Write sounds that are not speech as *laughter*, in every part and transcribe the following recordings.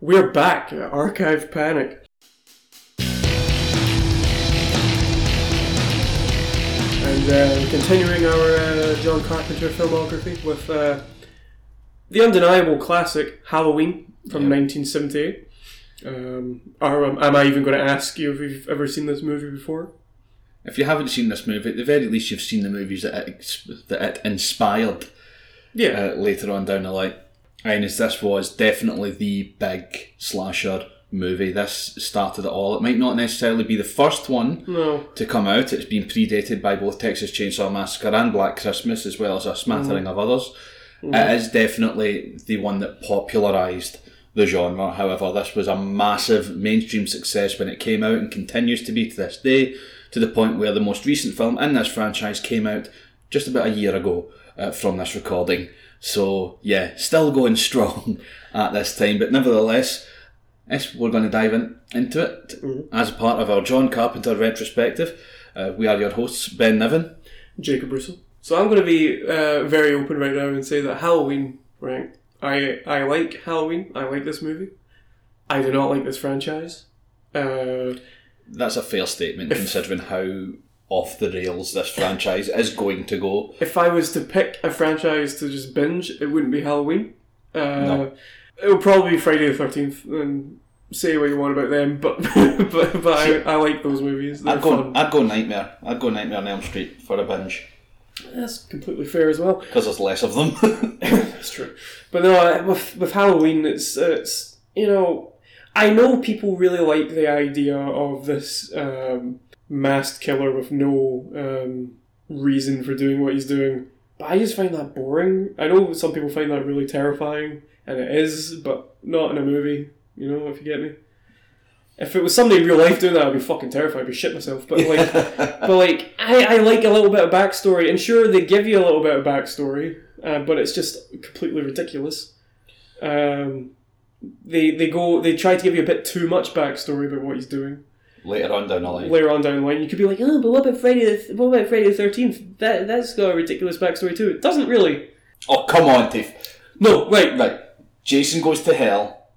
We're back at Archive Panic. And uh, continuing our uh, John Carpenter filmography with uh, the undeniable classic Halloween from 1978. Um, or am am I even going to ask you if you've ever seen this movie before? If you haven't seen this movie, at the very least, you've seen the movies that it, ex- that it inspired Yeah. uh, later on down the line. And as this was definitely the big slasher movie. This started it all. It might not necessarily be the first one no. to come out. It's been predated by both Texas Chainsaw Massacre and Black Christmas, as well as a smattering of others. It is definitely the one that popularised the genre. However, this was a massive mainstream success when it came out and continues to be to this day, to the point where the most recent film in this franchise came out just about a year ago uh, from this recording. So, yeah, still going *laughs* strong at this time, but nevertheless, Yes, we're going to dive in, into it as part of our John Carpenter retrospective. Uh, we are your hosts, Ben Niven. Jacob Russell. So I'm going to be uh, very open right now and say that Halloween, right? I I like Halloween. I like this movie. I do not like this franchise. Uh, That's a fair statement considering how off the rails this franchise is going to go. if I was to pick a franchise to just binge, it wouldn't be Halloween. Uh, No. It would probably be Friday the Thirteenth. And say what you want about them, but *laughs* but, but I, I like those movies. They're I'd go, fun. I'd go Nightmare. I'd go Nightmare on Elm Street for a binge That's completely fair as well. because there's less of them. *laughs* That's true. But no, I- with, with Halloween, it's it's you know, I know people really like the idea of this um, masked killer with no um, reason for doing what he's doing, but I just find that boring. I know some people find that really terrifying, and it is, but not in a movie. You know, if you get me. If it was somebody in real life doing that, I'd be fucking terrified. I'd be shit myself. But like, but like, I, I like a little bit of backstory, and sure they give you a little bit of backstory, uh, but it's just completely ridiculous. Um, they they go they try to give you a bit too much backstory about what he's doing Later on down the line. later on down the line. You could be like, oh, but what about Friday? The th- what about Friday the Thirteenth? That that's got a ridiculous backstory too. It doesn't really. Oh, come on, Dave. No, right, Right. Jason goes to hell.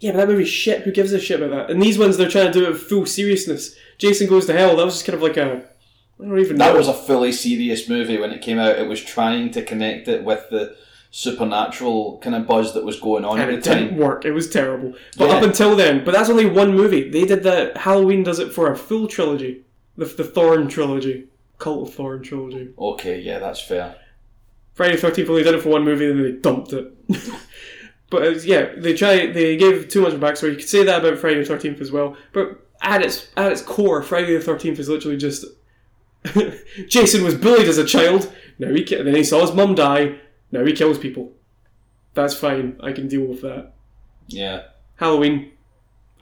yeah, but that movie's shit. Who gives a shit about that? And these ones they're trying to do it with full seriousness. Jason goes to hell. That was just kind of like a. I don't even know. That was a fully serious movie when it came out. It was trying to connect it with the supernatural kind of buzz that was going on and at it the time. didn't work. It was terrible. But Yeah. up until then, but that's only one movie. They did that. Halloween does it for a full trilogy, the, the Thorn trilogy, Cult of Thorn trilogy. Okay, yeah, that's fair. Friday the Thirteenth only did it for one movie, and then they dumped it. *laughs* but it was- yeah, they try. They gave too much of a backstory. You could say that about Friday the Thirteenth as well. But at its at its core, Friday the Thirteenth is literally just *laughs* Jason was bullied as a child. Now he ki- then he saw his mum die. Now he kills people. That's fine. I can deal with that. Yeah. Halloween,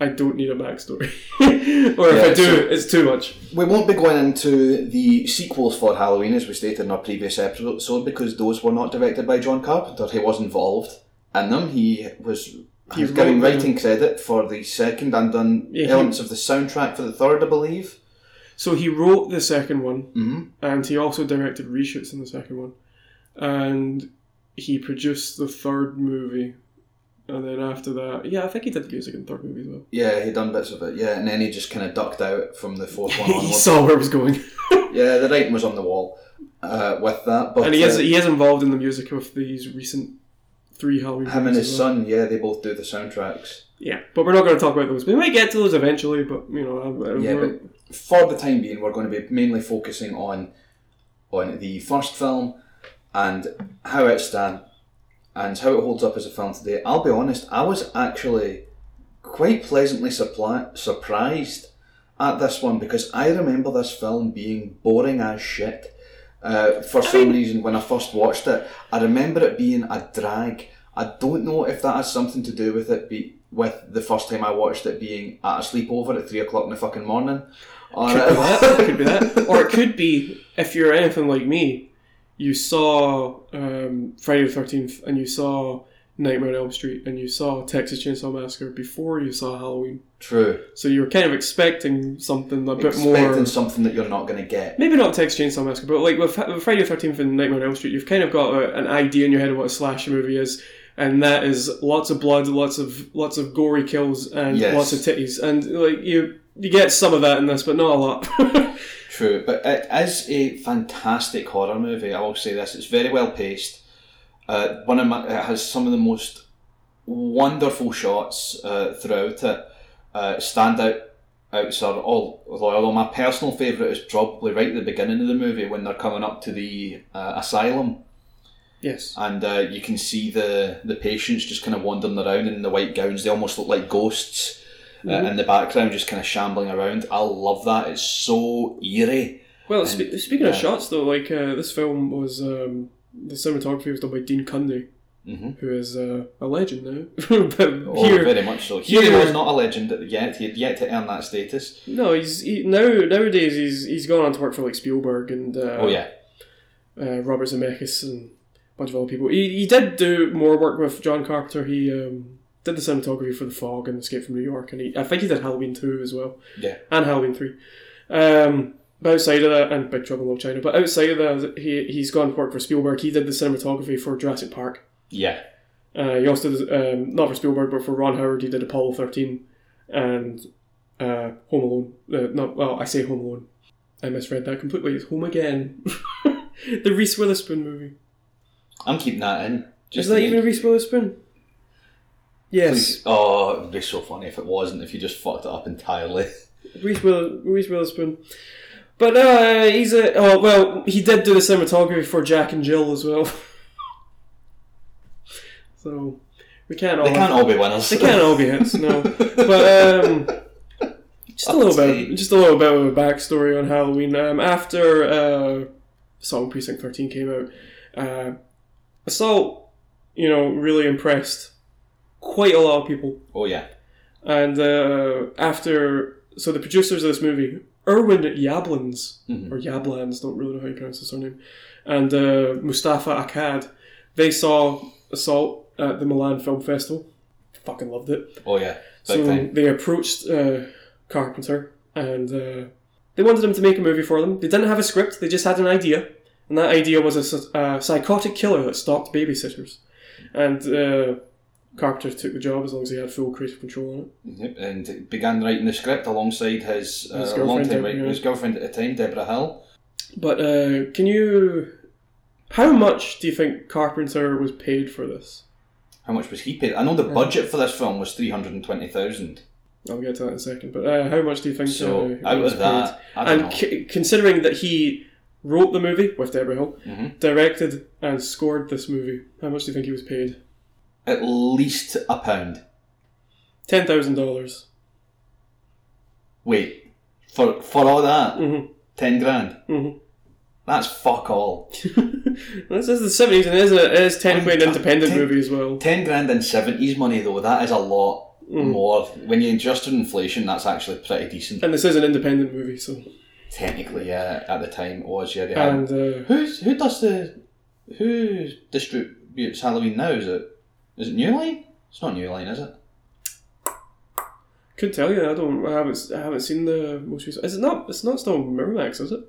I don't need a backstory. *laughs* or if Yeah, I do, so- it's too much. We won't be going into the sequels for Halloween as we stated in our previous episode because those were not directed by John Carpenter. He was involved in them. He was He he's given wrote them. writing credit for the second and done Yeah, he- elements of the soundtrack for the third, I believe. So he wrote the second one, Mhm. and he also directed reshoots in the second one, and he produced the third movie, and then after that, yeah, I think he did music in the third movie as well. Yeah, he done bits of it. Yeah, and then he just kind of ducked out from *laughs* the fourth one he onwards. saw where it was going, yeah, the writing was on the wall uh, with that. But and he uh, is he is involved in the music of these recent three Halloween. him and movies his as well. son, yeah, they both do the soundtracks. Yeah, but we're not going to talk about those. We might get to those eventually, but you know, I, I, Yeah, we're- but for the time being, we're going to be mainly focusing on on the first film and how it stands and how it holds up as a film today. I'll be honest, I was actually quite pleasantly suppli- surprised at this one because I remember this film being boring as shit. Uh, for some reason, when I first watched it, I remember it being a drag. I don't know if that has something to do with it be with the first time I watched it being at a sleepover at three o'clock in the fucking morning. Or could be that. Could be *laughs* that. Or it could be if you're anything like me, you saw um, Friday the Thirteenth and you saw Nightmare on Elm Street and you saw Texas Chainsaw Massacre before you saw Halloween, True. so you were kind of expecting something a bit Expecting more. something that you're not going to get. Maybe not Texas Chainsaw Massacre, but like with, with Friday the Thirteenth and Nightmare on Elm Street, you've kind of got a, an idea in your head of what a slasher movie is. and that is lots of blood, lots of lots of gory kills, and Yes. lots of titties, and like you you get some of that in this, but not a lot. True, but it is a fantastic horror movie. I will say this: it's very well paced. Uh, one of my, it has some of the most wonderful shots uh, throughout it. Uh, standout outs are all. Although my personal favourite is probably right at the beginning of the movie when they're coming up to the uh, asylum yes, and uh, you can see the the patients just kind of wandering around in the white gowns. They almost look like ghosts uh, in the background, just kind of shambling around. I love that. It's so eerie. Well, spe- speaking of yeah. shots, though, like uh, this film was um, the cinematography was done by Dean Cundy, Mhm. who is uh, a legend now. *laughs* but Oh, here, very much so. Here, he here- was not a legend yet. He had yet to earn that status. no, he's he, now nowadays he's he's gone on to work for like Spielberg and uh, oh yeah, uh, Robert Zemeckis and a bunch of other people. He, he did do more work with John Carpenter. He um, did the cinematography for The Fog and Escape from New York, and he, I think he did Halloween two as well. Yeah. and Halloween three. Um, but outside of that, and Big Trouble in Little China. But outside of that, he he's gone to work for Spielberg. He did the cinematography for Jurassic Park. yeah. Uh, he also did um, not for Spielberg, but for Ron Howard. He did Apollo thirteen and uh, Home Alone. Uh, not well, I say Home Alone. I misread that completely. It's Home Again, *laughs* the Reese Witherspoon movie. I'm keeping that in. Is that to even make- Reese Witherspoon? Yes, Please- Oh, it'd be so funny if it wasn't. If you just fucked it up entirely. *laughs* Reese, Will- Reese Witherspoon. But no, uh, he's a. Oh, well, he did do the cinematography for Jack and Jill as well. *laughs* so, we can't all. They can't all be winners. they *laughs* can't all be hits, *laughs* no. But, um. *laughs* Just a little bit, just a little bit of a backstory on Halloween. Um, after uh, Assault on Precinct Thirteen came out, uh, Assault, you know, really impressed quite a lot of people. Oh yeah. And uh, after, so the producers of this movie, Erwin Yablans, Mhm. or Yablans, don't really know how you pronounce the surname, and uh, Mustafa Akkad, they saw Assault at the Milan Film Festival. Fucking loved it. Oh yeah. Big so time. they approached uh, Carpenter and uh, they wanted him to make a movie for them. They didn't have a script, they just had an idea. And that idea was a, psy- a psychotic killer that stalked babysitters. And uh, Carpenter took the job as long as he had full creative control on it. Yep, and began writing the script alongside his, uh, His girlfriend, longtime Deborah Hill. his girlfriend at the time, Deborah Hill. But uh, can you? How much do you think Carpenter was paid for this? How much was he paid? I know the budget for this film was three hundred and twenty thousand. I'll get to that in a second. But uh, how much do you think? uh, So he out was of that, I don't and know. c- considering that he wrote the movie with Deborah Hill, Mhm. directed and scored this movie, how much do you think he was paid? At least a pound. Ten thousand dollars. Wait, for for all that, Mhm. ten grand. *laughs* Mhm. That's fuck all. This is the seventies, and it is, a, it is technically an Oh, independent ten- movie as well. Mm-hmm. Ten grand in seventies money though, that is a lot Hmm. more. When you adjust for inflation, that's actually pretty decent. And this is an independent movie, so Technically, yeah, at the time it was yeah. They had. and uh, Who's who does the who distributes Halloween now? Is it is it New Line? It's not New Line, is it? couldn't tell you. I don't. I haven't. I haven't seen the most recent. Is it not? It's not still Miramax, is it?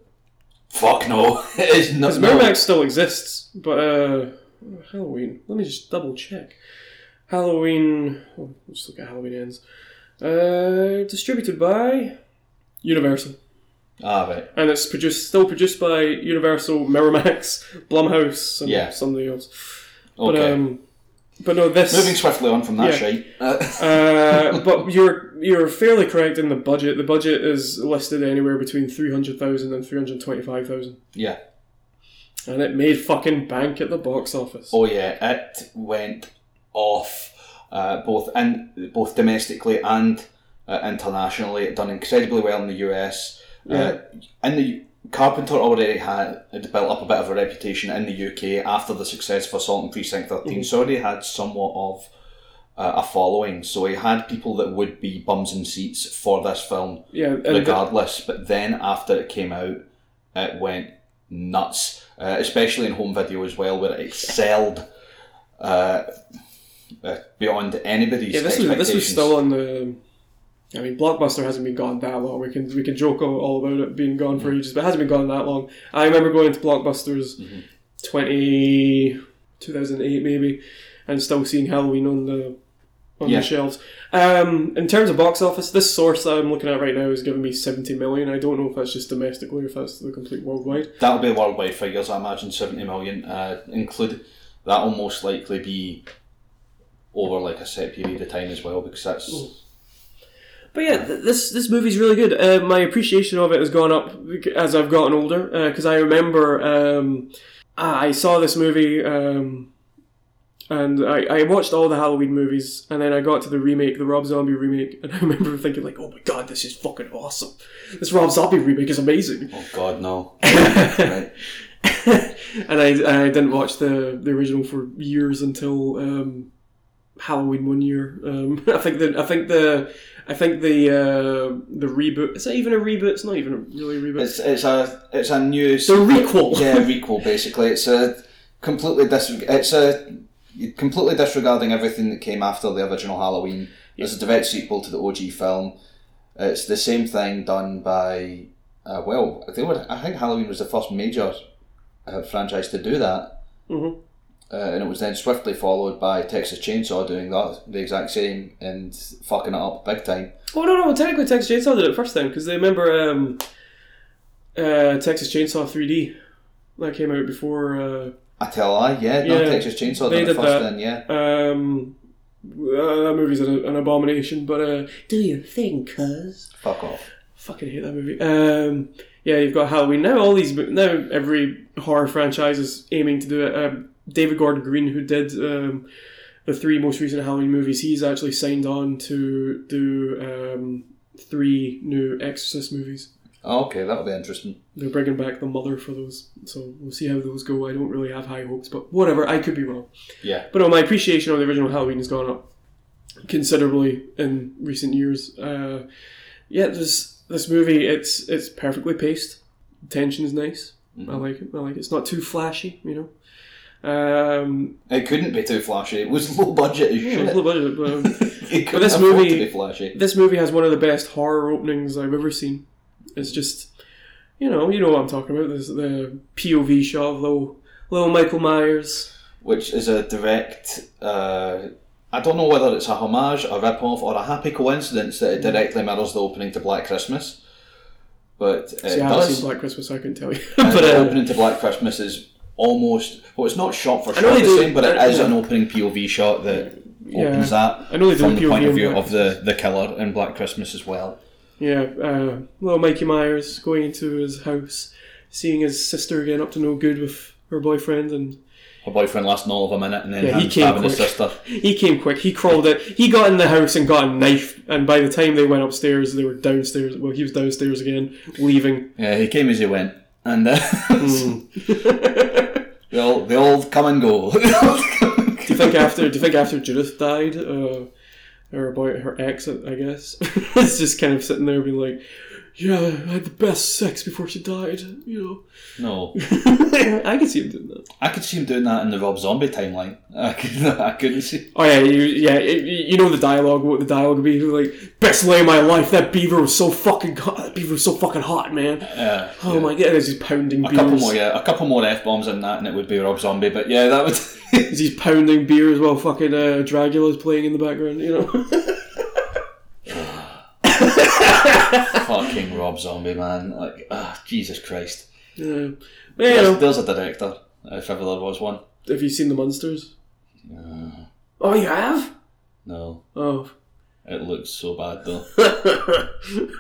Fuck no, *laughs* it is not. Because no. Miramax still exists, but uh, Halloween. Let me just double check. Halloween. Oh, let's look at Halloween ends. Uh, distributed by Universal, Ah right. and it's produced still produced by Universal, Miramax, Blumhouse, and Yeah. something else. But Okay. um, but no, this. Moving swiftly on from that yeah. shite. Uh, Uh, *laughs* but you're you're fairly correct in the budget. The budget is listed anywhere between 300,000 and 325,000. Yeah. And it made fucking bank at the box office. oh yeah, it went off uh, both in both domestically and uh, internationally. It done incredibly well in the US. Uh, in the Carpenter already had had built up a bit of a reputation in the UK after the success of Assault and Precinct 13 so already had somewhat of uh, a following. So he had people that would be bums and seats for this film. Yeah, and the- regardless. But then after it came out, it went nuts, uh, especially in home video as well, where it excelled uh, uh, beyond anybody's yeah, this was expectations. this was still on the. I mean, Blockbuster hasn't been gone that long. We can we can joke all- all about it being gone for Mm-hmm. ages, but it hasn't been gone that long. I remember going to Blockbusters, 20, 2008 maybe, and still seeing Halloween on the on Yeah. the shelves. Um, in terms of box office, this source that I'm looking at right now is giving me 70 million. I don't know if that's just domestically or if that's the complete worldwide. That'll be worldwide figures, I imagine, 70 million uh, included. That'll most likely be over like a set period of time as well, because that's. But yeah, th- this this movie's really good. Uh, my appreciation of it has gone up as I've gotten older because I remember um, I I saw this movie um, and I, I watched all the Halloween movies and then I got to the remake, the Rob Zombie remake, and I remember thinking like, oh my god, this is fucking awesome. This Rob Zombie remake is *laughs* amazing. Oh, God, no. *coughs* and Right. *laughs* I, I didn't watch the, the original for years until um, Halloween one year. Um, *laughs* I think the I think the I think the uh, the reboot. Is that even a reboot? It's not even a really a reboot. It's, it's a it's a new it's a requel. yeah requel basically. It's a completely dis- it's a you're completely disregarding everything that came after the original Halloween. It's a direct sequel to the OG film. It's the same thing done by uh, well, they were, I think Halloween was the first major uh, franchise to do that, Mhm. uh, and it was then swiftly followed by Texas Chainsaw doing that the exact same and fucking it up big time. *laughs* Oh no no! Technically, Texas Chainsaw did it first time because they remember um, uh, Texas Chainsaw 3D that came out before. Uh, I tell a lie, yeah, no Yeah, Texas Chainsaw they did it did first, that. then yeah. um, uh, that movie's an, an abomination, but uh, do your thing, cuz. Fuck off. fucking hate that movie. Um, yeah, you've got Halloween now. All these mo- now every horror franchise is aiming to do it. Um, David Gordon Green, who did um, the three most recent Halloween movies, he's actually signed on to do um, three new Exorcist movies. Oh, okay, that'll be interesting. They're bringing back the mother for those, so we'll see how those go. I don't really have high hopes, but whatever. I could be wrong. Yeah. But no, my appreciation of the original Halloween has gone up considerably in recent years. Uh, yeah, this this movie it's it's perfectly paced. Tension is nice. Mm-hmm. I like it. I like it. It's not too flashy, you know. Um, It couldn't be too flashy. It was *laughs* low budget as yeah, shit. low budget, but, um, *laughs* *laughs* It couldn't this afford movie- to be flashy. this movie has one of the best horror openings I've ever seen. It's just, you know, you know what I'm talking about. This the POV shot of little little Michael Myers. Which is a direct. Uh, I don't know whether it's a homage, a rip off, or a happy coincidence that it directly mirrors the opening to Black Christmas. But it See, I haven't does. seen Black Christmas, so I couldn't tell you. *laughs* And but the um, opening to Black Christmas is almost. Well, it's not shot for shot know they the do- same, but it I- is yeah. an opening POV shot that Yeah. opens that. I know they do from the POV point of in view Black of the, the killer in Black Christmas as well. Yeah, uh, little Mikey Myers going into his house, seeing his sister again up to no good with her boyfriend, and Her boyfriend lasting all of a minute and then Yeah, he him came stabbing his quick. sister. he came quick. He crawled in. He got in the house and got a knife, and by the time they went upstairs, they were downstairs. Well, he was downstairs again, leaving. *laughs* Yeah, he came as he went, and uh, *laughs* they all they all come and go. *laughs* Do you think after? Do you think after Judith died, uh, her boy, her ex, I guess, *laughs* is just kind of sitting there being like, "Yeah, I had the best sex before she died," you no, know. I can see him doing that. I could see him doing that in the Rob Zombie timeline. *laughs* I, could, I couldn't see. Oh yeah, you, yeah, it, you know the dialogue. What the dialogue would be like? Best lay of my life. That beaver was so fucking hot. That beaver was so fucking hot, man. Uh, Oh my god, there's these pounding A couple beers. more, yeah, a couple more f bombs in that, and it would be Rob Zombie. But yeah, that would. *laughs* There's these pounding beers while fucking uh, Dracula's playing in the background. You know. *laughs* fucking Rob Zombie, man! Like, ah, Jesus Christ! yeah. Um, But, you There's, know, there's a director, if ever there was one. have you seen the monsters? oh, you have. No, *laughs* Oh. it looks so bad though.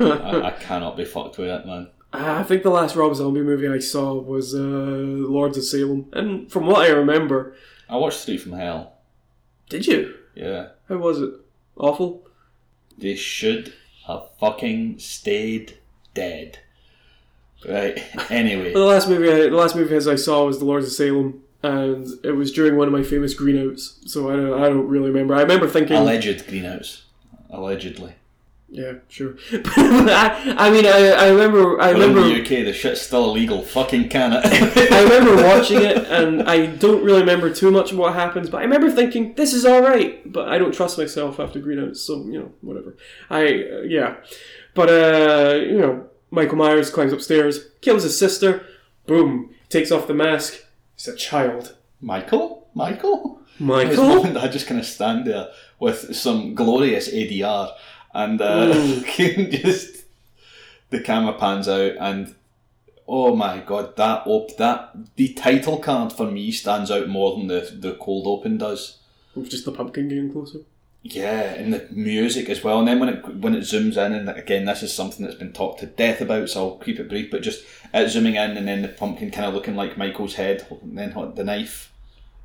I, I cannot be fucked with it, man. I think the last Rob Zombie movie I saw was uh, Lords of Salem, and from what I remember, I watched Three from Hell. did you? Yeah. How was it? Awful. They should have fucking stayed dead. Right. *laughs* Anyway, But the last movie, I, the last movie as I saw was The Lords of Salem, and it was during one of my famous greenouts. So I don't, I don't really remember. I remember thinking, alleged greenhouse. Allegedly. yeah, sure. *laughs* I, I mean, I, I remember, I But in remember, the UK, the shit's still illegal. Fucking can it? I remember watching it, and I don't really remember too much of what happens. But I remember thinking, this is all right. But I don't trust myself after greenouts, so you know, whatever. I uh, yeah, but uh, you know, Michael Myers climbs upstairs, kills his sister, boom, takes off the mask. It's a child. Michael? Michael? There's Michael. one that I just kind of stand there with some glorious ADR, and uh, *laughs* just the camera pans out, and oh my god, that op- that the title card for me stands out more than the the cold open does. Just the pumpkin getting closer. Yeah, and the music as well. And then when it when it zooms in, and again, this is something that's been talked to death about, so I'll keep it brief. But just it zooming in, and then the pumpkin kind of looking like Michael's head, and then the knife,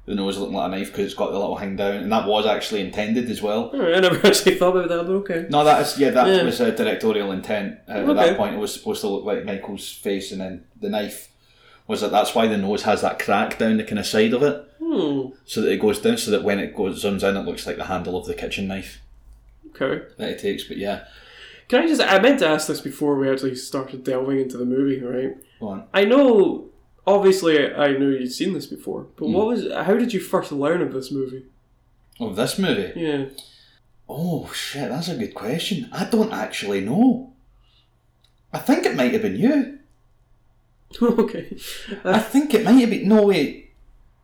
the nose looking like a knife because it's got the little hang down, and that was actually intended as well. Alright, I never *laughs* actually thought about that, but okay. No, that is yeah, that Yeah. was a directorial intent. Uh, At Okay. that point, it was supposed to look like Michael's face, and then the knife was that. That's why the nose has that crack down the kind of side of it, Hmm. so that it goes down, so that when it goes zooms in, it looks like the handle of the kitchen knife Okay. that it takes. But yeah, Can I just? I meant to ask this before we actually started delving into the movie, right? go on. I know. Obviously, I know you'd seen this before, but what was? Hmm. How did you first learn of this movie? Of this movie? Yeah. *laughs* Oh shit, that's a good question. I don't actually know. I think it might have been you. okay. I think it might have been. No wait,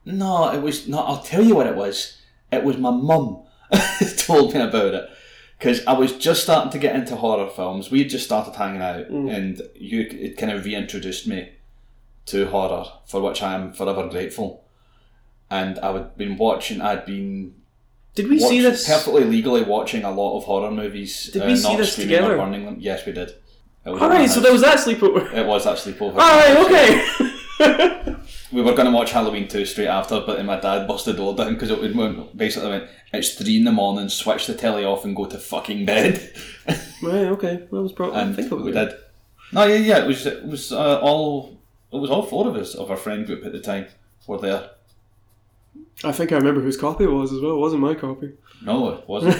no, it was not. I'll tell you what it was. It was my mum *laughs* told me about it because I was just starting to get into horror films. We had just started hanging out, and you it kind of reintroduced me to horror, for which I am forever grateful. And I had been watching. I'd been Did we watch- see this? perfectly legally watching a lot of horror movies. Did uh, we see not this screaming or together? burning them. Yes, we did. It was All at my right, so house. there was that *laughs* sleepover. it was actually All over. right. Okay. *laughs* We were going to watch Halloween two straight after, but then my dad busted the door down because it would- went, basically went. It's three in the morning. Switch the telly off and go to *laughs* fucking bed. right. Okay. That was probably. I And think it was we there. did. No, yeah, yeah. It was it was uh, all it was all four of us of our friend group at the time were there. I think I remember whose copy it was as well. It wasn't my copy. *laughs* No, it wasn't.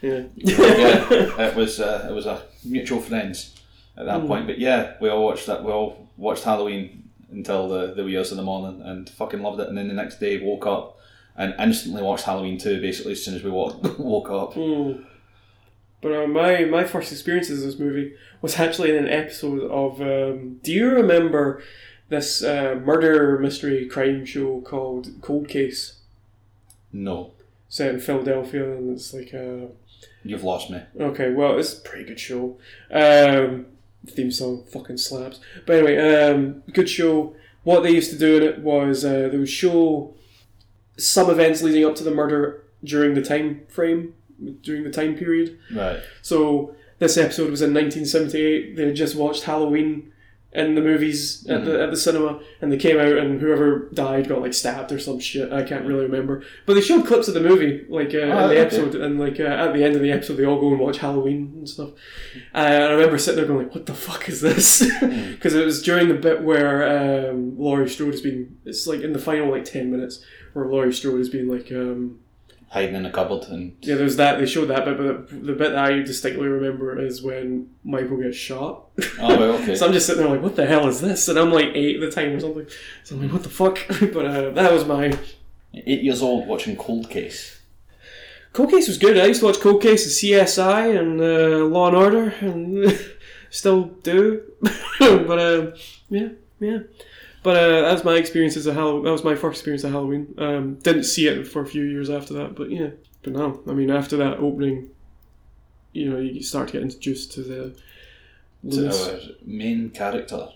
yeah. *laughs* yeah, it was uh, it was a mutual friends at that point. But yeah, we all watched that. We all watched Halloween until the the wee hours of the morning and fucking loved it. And then the next day woke up and instantly watched Halloween two. Basically, as soon as we woke *laughs* woke up. Mm. But uh, my my first experience of this movie was actually in an episode of. Um, do you remember this uh, murder mystery crime show called Cold Case, No, set in Philadelphia, and it's like a you've lost me. Okay, well, it's a pretty good show. Um, theme song fucking slaps. But anyway, um, good show. What they used to do in it was uh, they would show some events leading up to the murder during the time frame, during the time period. Right. So this episode was in 1978. They had just watched Halloween in the movies at, the, at the cinema, and they came out, and whoever died got like stabbed or some shit. I can't really remember, but they showed clips of the movie, like uh, in the okay. episode, and like uh, at the end of the episode, they all go and watch Halloween and stuff. Uh, And I remember sitting there going, like, "What the fuck is this?" *laughs* Because it was during the bit where um, Laurie Strode has been. It's like in the final like ten minutes where Laurie Strode has been like. Um, Hiding in a cupboard and yeah, there's that. They showed that bit, but the, the bit that I distinctly remember is when Michael gets shot. *laughs* oh, well, okay. so I'm just sitting there like, what the hell is this? And I'm like eight at the time or something. So I'm like, what the fuck? *laughs* but uh, that was my. Eight years old watching Cold Case. Cold Case was good. I used to watch Cold Case and CSI and uh, Law and Order, and *laughs* still do. *laughs* but uh, yeah, yeah. But uh, that was my experiences of Halloween. That was my first experience of Halloween. Um, didn't see it for a few years after that, but yeah. But no, I mean, after that opening, you know, you start to get introduced to the. To uh, Loomis. our main character.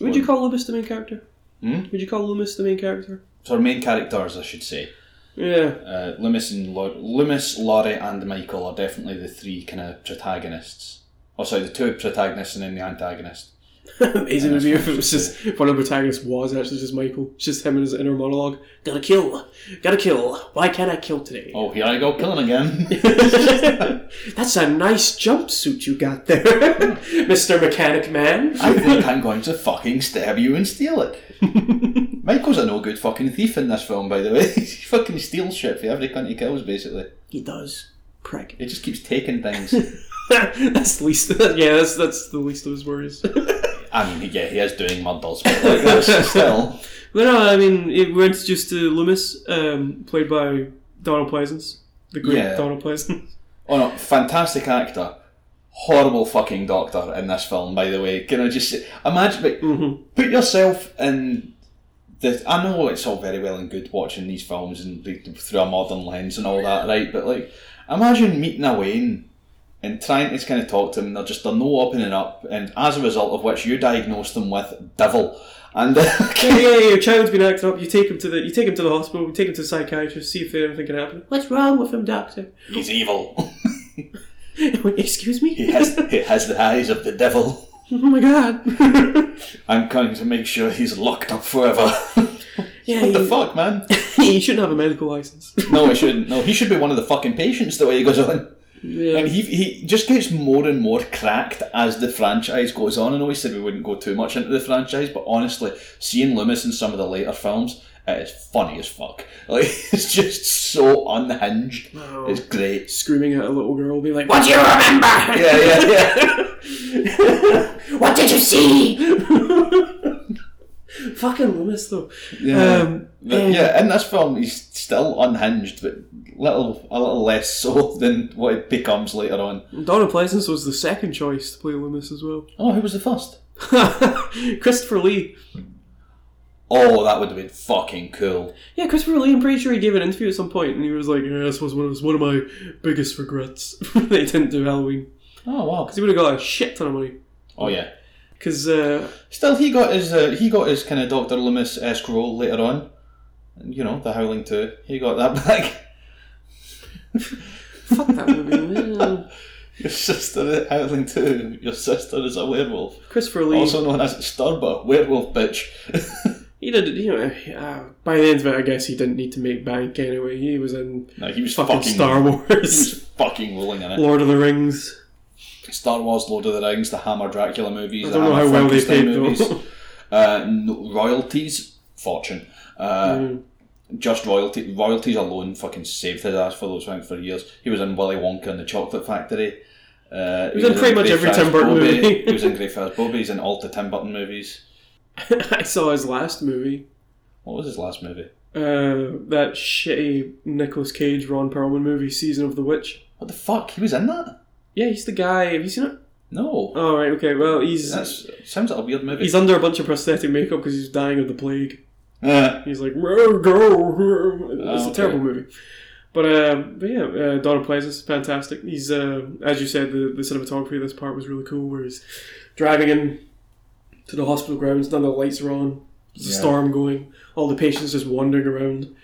Would you call Loomis the main character? Hmm? Would you call Loomis the main character? So our main characters, I should say. Yeah. Uh, Loomis and Lau- Loomis, Laurie, and Michael are definitely the three kind of protagonists. Oh, sorry, the two protagonists and then the antagonist. *laughs* Amazing would be if it was just if one of the protagonists was actually just Michael. It's just him and his inner monologue. Gotta kill. Gotta kill. Why can't I kill today? Oh, here I go killing again. *laughs* *laughs* That's a nice jumpsuit you got there, *laughs* Mr. Mechanic Man. I think I'm going to fucking stab you and steal it. *laughs* Michael's a no good fucking thief in this film, by the way. *laughs* he fucking steals shit for every cunt he kills, basically. he does. Prick. He just keeps taking things. *laughs* *laughs* that's the least. *laughs* Yeah, that's that's the least of his *laughs* worries. I mean, yeah, he is doing murders, but like *laughs* this still. But no, I mean, it went just to Loomis, um, played by Donald Pleasance, the great Yeah. Donald Pleasance. Oh no, fantastic actor. Horrible fucking Mm-hmm. doctor in this film, by the way. Can I just say, imagine, like, put yourself in the, I know it's all very well and good watching these films and re- through a modern lens and all that, right? But like, imagine meeting a Wayne and trying to kind of talk to them, and they're just they're no opening up, and as a result of which you diagnose them with devil. And *laughs* Yeah, yeah, yeah, your child's been acting up. You take him to the you take him to the hospital. You take him to the psychiatrist. See if anything can happen. What's wrong with him, doctor? *laughs* he's evil. Excuse me. He has, he has the eyes of the devil. *laughs* oh my *laughs* god. I'm going to make sure he's locked up forever. *laughs* yeah, what the you, *laughs* fuck, man? you shouldn't have a medical license. No, he shouldn't. No, he should be one of the fucking patients the way he goes on. yeah. And he, he just gets more and more cracked as the franchise goes on. I know we said we wouldn't go too much into the franchise, but honestly, seeing Loomis in some of the later films, it is funny as fuck. *laughs* Like, it's just so unhinged. Oh. It's great. Screaming at a little girl, being like, *laughs* "What do you remember? Yeah, yeah, yeah. what did you see?" *laughs* Fucking Loomis though. Yeah. Um, But yeah, in this film, he's still unhinged, but little a little less so *laughs* than what it becomes later on. Donna Pleasance was the second choice to play Loomis as well. *laughs* Oh, who was the first? Christopher Lee. Oh, that would have been fucking cool. Yeah, Christopher Lee. I'm pretty sure he gave an interview at some point, and he was like, yeah, "This was one of, was one of my biggest regrets *laughs* that he didn't do Halloween Oh wow. because he would have got a shit ton of money." Oh yeah. Because uh, Still, he got his uh, he got his kind of Doctor Loomis esque role later on. And, you know, The Howling Two. He got that *laughs* back. fuck that movie. Yeah. *laughs* Your sister is Howling Two. Your sister is a werewolf, Christopher Lee. also known as Sturba, werewolf bitch. *laughs* He did, you know, uh, by the end of it, I guess he didn't need to make bank anyway. He was in no, he was fucking, fucking, Star *laughs* He was Wars, fucking rolling in it. Lord of the Rings. Star Wars, Lord of the Rings, the Hammer Dracula movies. I don't the know Hammer how well they Ah, Frankenstein paid though. Uh, no, royalties, fortune. Uh, Mm. Just royalty, royalties alone fucking saved his ass for those things for years. He was in Willy Wonka and the Chocolate Factory. Uh, he was in pretty much Great every Faz Tim Burton Bobby. movie. he was in Great *laughs* Faz Bobby. He's in all the Tim Burton movies. *laughs* I saw his last movie, What was his last movie? uh, that shitty Nicolas Cage, Ron Perlman movie, Season of the Witch. What the fuck? He was in that? Yeah, he's the guy. Have you seen it? No. Oh right, okay. Well, he's That's sounds like a weird movie. he's under a bunch of prosthetic makeup because he's dying of the plague. Uh, He's like, "Row, go. It's a Oh, okay. terrible movie. But, uh, but yeah, uh, Donald Pleasance is fantastic. He's, uh, as you said, the, the cinematography of this part was really cool, where he's driving him to the hospital grounds, none of the lights are on, there's a Yeah. storm going, all the patients just wandering around.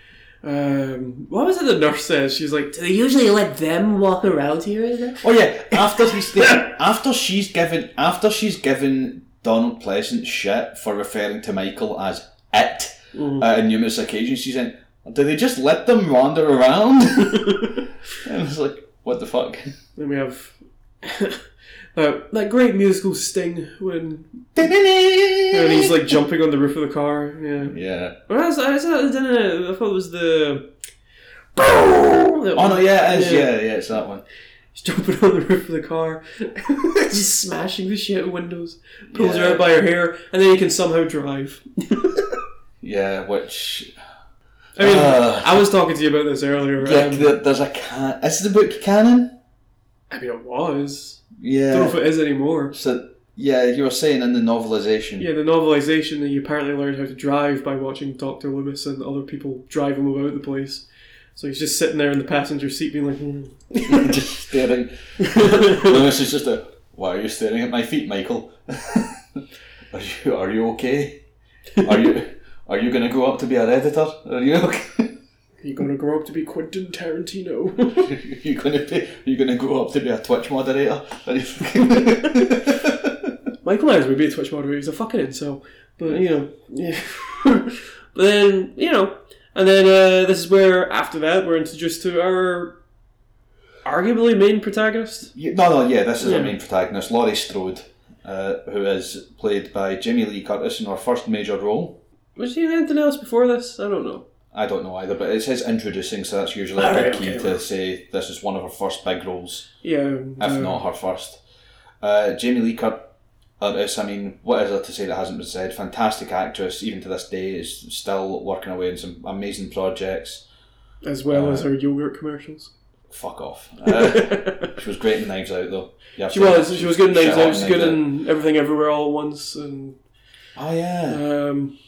Um, what was it the nurse says? She's like, Do they usually let them walk around here? Is it? Oh yeah, after he's *laughs* after she's given after she's given Donald Pleasant shit for referring to Michael as it *laughs* Mm. uh, on numerous occasions, she's in. Do they just let them wander around? *laughs* and it's like, what the *laughs* fuck? Then we have that, that great musical sting when, when and he's *laughs* like jumping on the roof of the car. Yeah. yeah. Well, I, I, thought it didn't, I thought it was the. Oh Oh no, yeah, it is. Yeah, yeah, it's that one. He's jumping on the roof of the car, *laughs* just smashing the shit out of windows, pulls her Yeah. out by her hair, and then he can somehow drive. Yeah, which I mean, Ah. I was talking to you about this earlier. yeah, um, there, there's a can. Is the book canon? I mean, it was. I don't know Yeah. if it is anymore. So yeah, you were saying in the novelization. Yeah, the novelization that you apparently learned how to drive by watching Doctor Loomis and other people drive him about the place. So he's just sitting there in the passenger seat, being like, hmm. *laughs* just staring. *laughs* *laughs* Lewis is just a. Why are you staring at my feet, Michael? *laughs* are you Are you okay? Are you Are you gonna grow up to be an editor? Are you okay? "You're gonna grow up to be Quentin Tarantino." *laughs* *laughs* are you gonna be Are you gonna grow up to be a Twitch moderator? *laughs* Are you? Michael Myers would be a Twitch moderator. He's a fucking incel. But, you know, yeah. *laughs* but then, you know, and then uh, this is where, after that, we're introduced to our arguably main protagonist. Yeah, no, no, yeah, this is our Yeah. main protagonist, Laurie Strode, uh, who is played by Jamie Lee Curtis in her first major role. Was he in anything else before this? I don't know. I don't know either, but it says introducing, so that's usually a Alright, big okay, key to say this is one of her first big roles. Yeah. if uh, not her first. Uh, Jamie Lee Cur- Curtis, I mean, what is there to say that hasn't been said? Fantastic actress, even to this day, is still working away on some amazing projects. As well uh, as her yogurt commercials. *laughs* Fuck off. Uh, she was great in Knives Out, though. You have She to- was. She was good in shit Knives on Out. She was good in Everything Everywhere All at Once. And, Oh, yeah. um,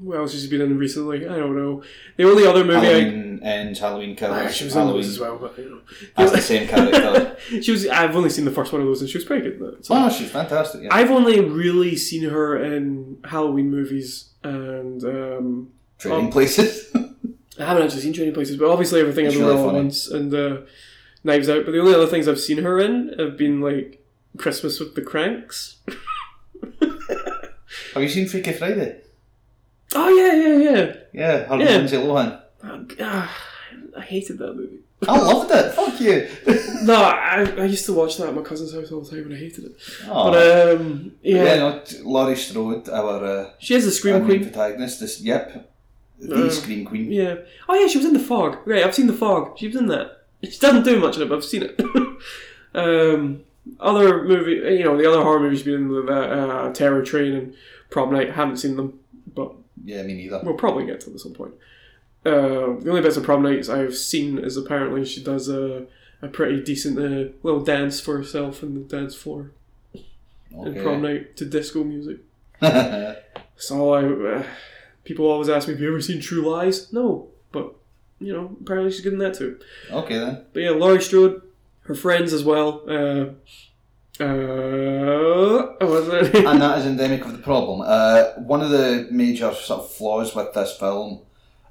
What else has he been in recently? I don't know. The only other movie I. Halloween Ends, Halloween Killers, Ah, she was in Halloween those as well, but you know. has the same character. *laughs* she was. I've only seen the first one of those, and she was pretty good. In it, so. oh, she's fantastic. Yeah. I've only really seen her in Halloween movies, and um, Trading places. *laughs* I haven't actually seen Trading Places, but obviously everything It's everywhere really all at funny. once and uh, Knives Out. But the only other things I've seen her in have been like Christmas with the Cranks. Have you seen Freaky Friday? Oh yeah, yeah, yeah. Yeah, her and Yeah. Lindsay Lohan. Oh, g- ah, I hated that movie. I loved it. *laughs* Fuck you. No, I, I used to watch that at my cousin's house all the time, and I hated it. Aw. But um, yeah, Ah. Yeah, no, t- Laurie Strode, our uh, she is a scream our main queen. protagonist. This, yep, the Uh, scream queen. Yeah. Oh yeah, she was in the fog. Right, I've seen the fog. She was in that. *laughs* She doesn't do much in it, but I've seen it. *laughs* um, other movie, you know, the other horror movies been in the uh, Terror Train and Prom Night. Haven't seen them, but Yeah, me neither. we'll probably get to them at some point. Uh, the only bits of Prom Nights I've seen is apparently she does a, a pretty decent uh, little dance for herself in the dance floor in Prom Okay. Night to disco music. So I, uh, people always ask me, "Have you ever seen True Lies?" No, but you know, apparently she's good in that too. *laughs* okay then. But yeah, Laurie Strode, her friends as well. Uh, uh, what was it? *laughs* and that is endemic of the problem. Uh, one of the major sort of flaws with this film,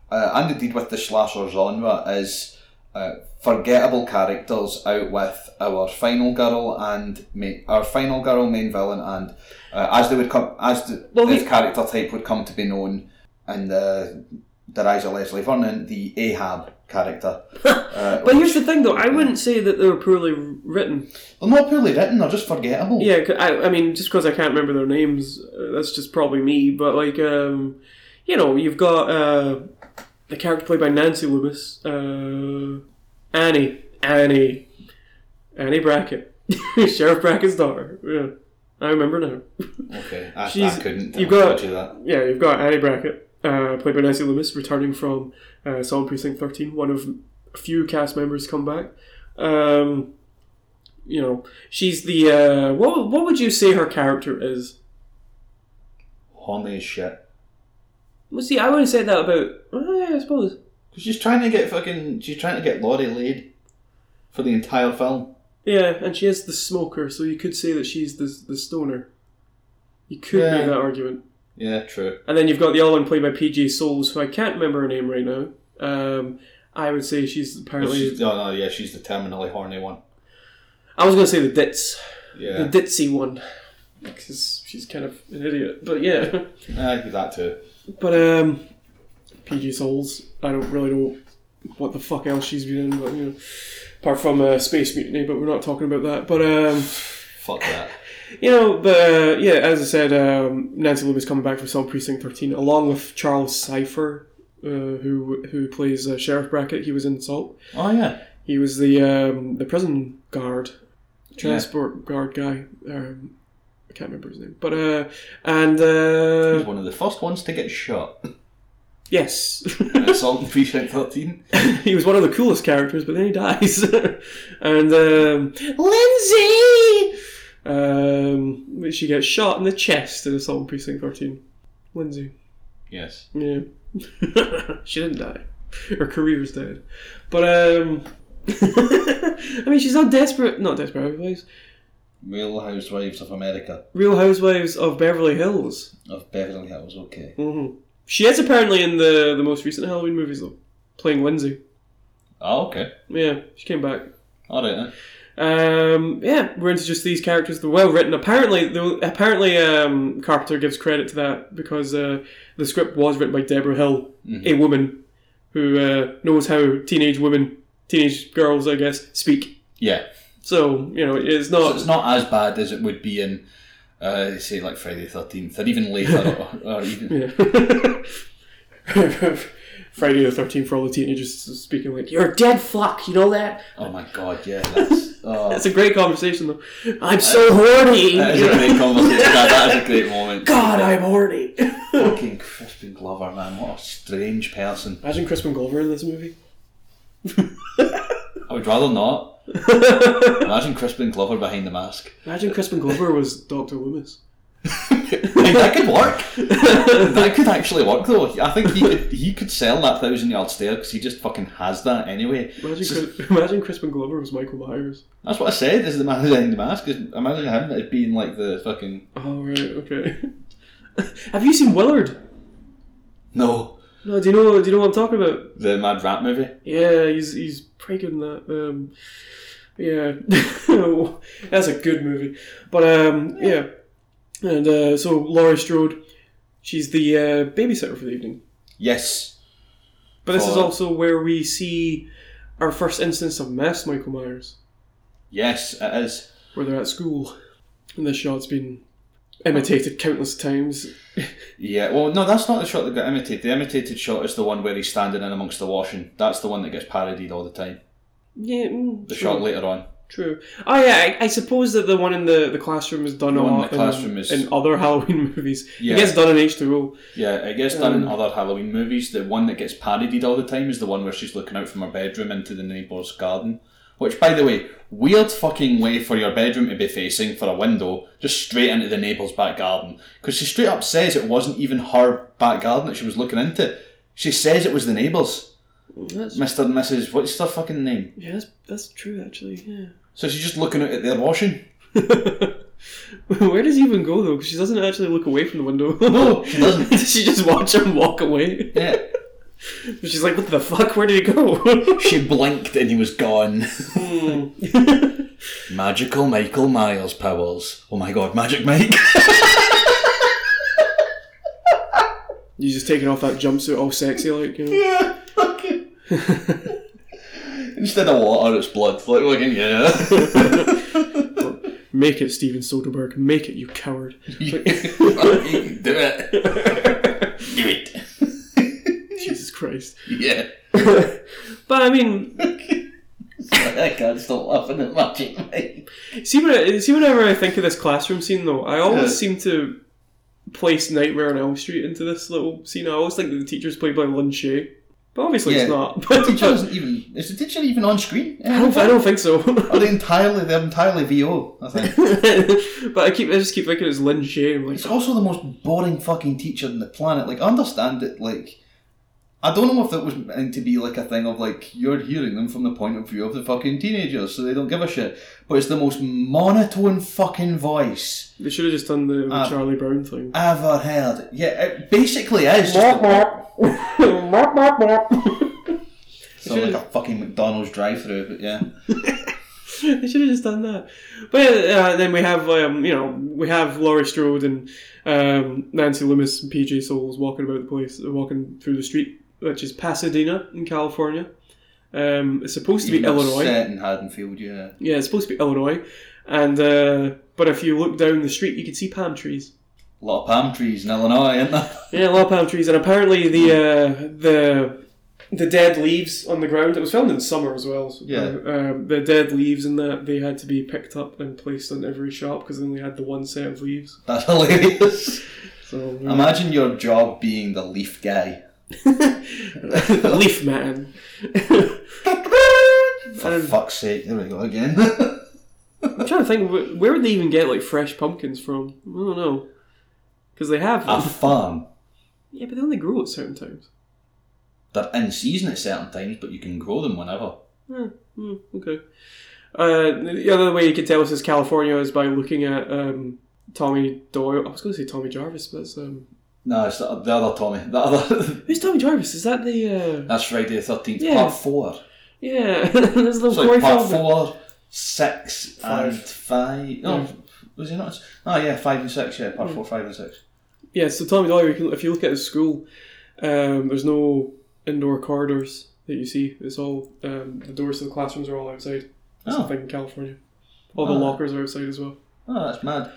uh, and indeed with the slasher genre, is uh, forgettable characters out with our final girl and ma- our final girl main villain, and uh, as they would come, as the, Well, this we- character type would come to be known in the the rise of Leslie Vernon, the Ahab *laughs* character. uh, *laughs* but here's the thing, though. I wouldn't say that they were poorly written. they're not poorly written; they're just forgettable. Yeah, 'cause I, I mean, just because I can't remember their names, uh, that's just probably me. But like, um, you know, you've got uh, the character played by Nancy Loomis, uh, Annie, Annie, Annie Brackett, *laughs* Sheriff Brackett's daughter. Yeah, I remember now. Okay, I, She's- I couldn't. you I got- told you that. Yeah, you've got Annie Brackett, uh, played by Nancy Loomis, returning from uh, Solid Precinct 13, one of a few cast members come back. Um, you know, she's the. Uh, what, what would you say her character is? Horny as shit. Well, see, I wouldn't say that about. Well, yeah, I suppose. Because she's trying to get fucking. She's trying to get Laurie laid for the entire film. Yeah, and she is the smoker, so you could say that she's the, the stoner. You could Yeah. make that argument. Yeah, true. And then you've got the other one played by PJ Souls, who I can't remember her name right now. Um, I would say she's Well, apparently. she's, no, no, yeah, she's the terminally horny one. I was going to say the Dits. Yeah, the ditzy one because she's kind of an idiot but yeah *laughs* I do that too. but um pg souls i don't really know what the fuck else she's been in but you know apart from uh, space mutiny but we're not talking about that but um Fuck that. you know but uh, yeah as i said um nancy loomis coming back from some precinct 13 along with charles cypher uh, who who plays uh, sheriff brackett he was in salt Oh yeah. he was the um the prison guard transport guard guy. Um, I can't remember his name, but uh, and She's uh, one of the first ones to get shot. yes, *laughs* And it's all in *laughs* Precinct 13. he was one of the coolest characters, but then he dies. *laughs* and um, Lindsay, um, she gets shot in the chest in Assault on Precinct Thirteen. Lindsay, Yes. yeah, *laughs* she didn't die. Her career's dead, but um, *laughs* I mean, she's not desperate. Not desperate housewives. Real Housewives of America Real Housewives of Beverly Hills. of Beverly Hills. Okay. hmm She is apparently in the the most recent Halloween movies though, playing Lindsay. Oh, okay. Yeah, she came back. All right then. Um, yeah, we're into just these characters. They're well written. Apparently, the, apparently um, Carpenter gives credit to that because uh, the script was written by Deborah Hill, Mhm. a woman who uh, knows how teenage women, teenage girls, I guess, speak. Yeah. So you know, it's So not. it's not as bad as it would be in, uh, say, like Friday the 13th, or even later, *laughs* or, or even Yeah. *laughs* Friday the Thirteenth for all the teenagers speaking like you're a dead fuck. You know that. Oh my god, yeah, that's oh, It's a great conversation though. I'm so horny. that is a great conversation. That, that is a great moment. God, I'm horny. *laughs* fucking Crispin Glover, man, what a strange person. Imagine Crispin Glover in this movie. I would rather not. Imagine Crispin Glover behind the mask. *laughs* Imagine Crispin Glover was Doctor Loomis. Hey, that could work. that could actually work, though. I think he could, he could sell that thousand yard stare because he just fucking has that anyway. Imagine, So- Chris, imagine Crispin Glover was Michael Myers. that's what I said. Is the man who's in the mask? Is, imagine him as being like the fucking Oh, right, okay. *laughs* Have you seen Willard? no, No, do you know? Do you know what I'm talking about? the Mad Rat movie. Yeah, he's he's pretty good in that. Um, yeah, *laughs* that's a good movie. But um, yeah, and uh, so Laurie Strode, she's the uh, babysitter for the evening. Yes, But this is For- also where we see our first instance of mass Michael Myers, yes, it is. where they're at school, and this shot's been imitated countless times. Yeah, well, no, that's not the shot that got imitated. The imitated shot is the one where he's standing in amongst the washing. That's the one that gets parodied all the time. Yeah, mm, The true. shot later on. True. Oh yeah, I, I suppose that the one in the, the classroom is done The a one in lot the classroom in, is- in other *laughs* Halloween movies. Yeah. It gets done in H two O. Yeah, it gets done in Um, other Halloween movies. The one that gets parodied all the time is the one where she's looking out from her bedroom into the neighbour's garden. Which, by the way, weird fucking way for your bedroom to be facing for a window, just straight into the neighbour's back garden. Because she straight up says it wasn't even her back garden that she was looking into. She says it was the neighbour's. That's Mr. and Mrs. What's their fucking name? yeah, that's, that's true actually. *laughs* Yeah. So she's just looking out at their washing. Where does he even go though? 'Cause she doesn't actually look away from the window. No, *laughs* she doesn't. she just watch him walk away. Yeah. She's like, "What the fuck? Where did he go?" she blinked and he was gone. Hmm. Mm. Magical Michael Myers powers. Oh my god, Magic *laughs* Mike. *laughs* He's just taking off that jumpsuit, all sexy like. You know? Yeah, fucking. Instead of water, it's blood. Like, fucking, *laughs* yeah. Make it, Steven Soderbergh. Make it, you coward. *laughs* Fucking do it. Do it. *laughs* Jesus Christ. Yeah. but I mean, I can't stop laughing at Magic Mike. See, when I, see, whenever I think of this classroom scene, though, I always Yeah. seem to place Nightmare on Elm Street into this little scene. I always think that the teacher's played by Lin Shaye, but obviously Yeah. it's not. The teacher isn't even. Is the teacher even on screen? *laughs* I don't, I don't think *laughs* so. *laughs* Are they entirely? They're entirely VO. I think. but I keep, I just keep thinking it's Lin Shaye. I'm like, It's also the most boring fucking teacher on the planet. Like, I understand it. Like, I don't know if that was meant to be like a thing of like you're hearing them from the point of view of the fucking teenagers, so they don't give a shit. But it's the most monotone fucking voice they should have just done the Ah. Charlie Brown thing. *laughs* ever heard. Yeah, it basically is just a, so like a fucking McDonald's drive-through. But yeah, *laughs* they should have just done that. But uh, then we have, um, you know, we have Laurie Strode and um, Nancy Loomis and PJ Souls walking about the place, uh, walking through the street, which is Pasadena in California. Um, it's supposed to be Even Illinois. set in Haddonfield. Yeah, Yeah, it's supposed to be Illinois. And uh, but if you look down the street, you can see palm trees. a lot of palm trees in Illinois, isn't there? Yeah, a lot of palm trees, and apparently the uh, the the dead leaves on the ground. It was filmed in summer as well. So Yeah. uh, um, the dead leaves and that they had to be picked up and placed on every shop because they only had the one set of leaves. *laughs* *laughs* That's hilarious. So uh, Imagine your job being the leaf guy. the leaf man. For Um, fuck's sake, there we go again. *laughs* *laughs* I'm trying to think wh- where would they even get like fresh pumpkins from? I don't know because they have a farm. yeah, but they only grow at certain times. They're in season at certain times, but you can grow them whenever. Hmm, okay. Uh, the other way you can tell this is California is by looking at um, Tommy Doyle. I was going to say Tommy Jarvis, but it's um, No, it's the, the other Tommy. The other. *laughs* Who's Tommy Jarvis? Is that the uh That's Friday the Thirteenth, Yeah. Part Four. Yeah, *laughs* there's a little So Corey Part Feldman. Four, Six, Five. and Oh, Five. No, Yeah. was it not? Oh yeah, Five and Six. Yeah, Part Four, Five and Six. Yeah, so Tommy Doyle, you can, if you look at his school, um, there's no indoor corridors that you see. It's all um, the doors to the classrooms are all outside. That's Oh. the thing in California. All the Ah. lockers are outside as well. Oh, that's mad.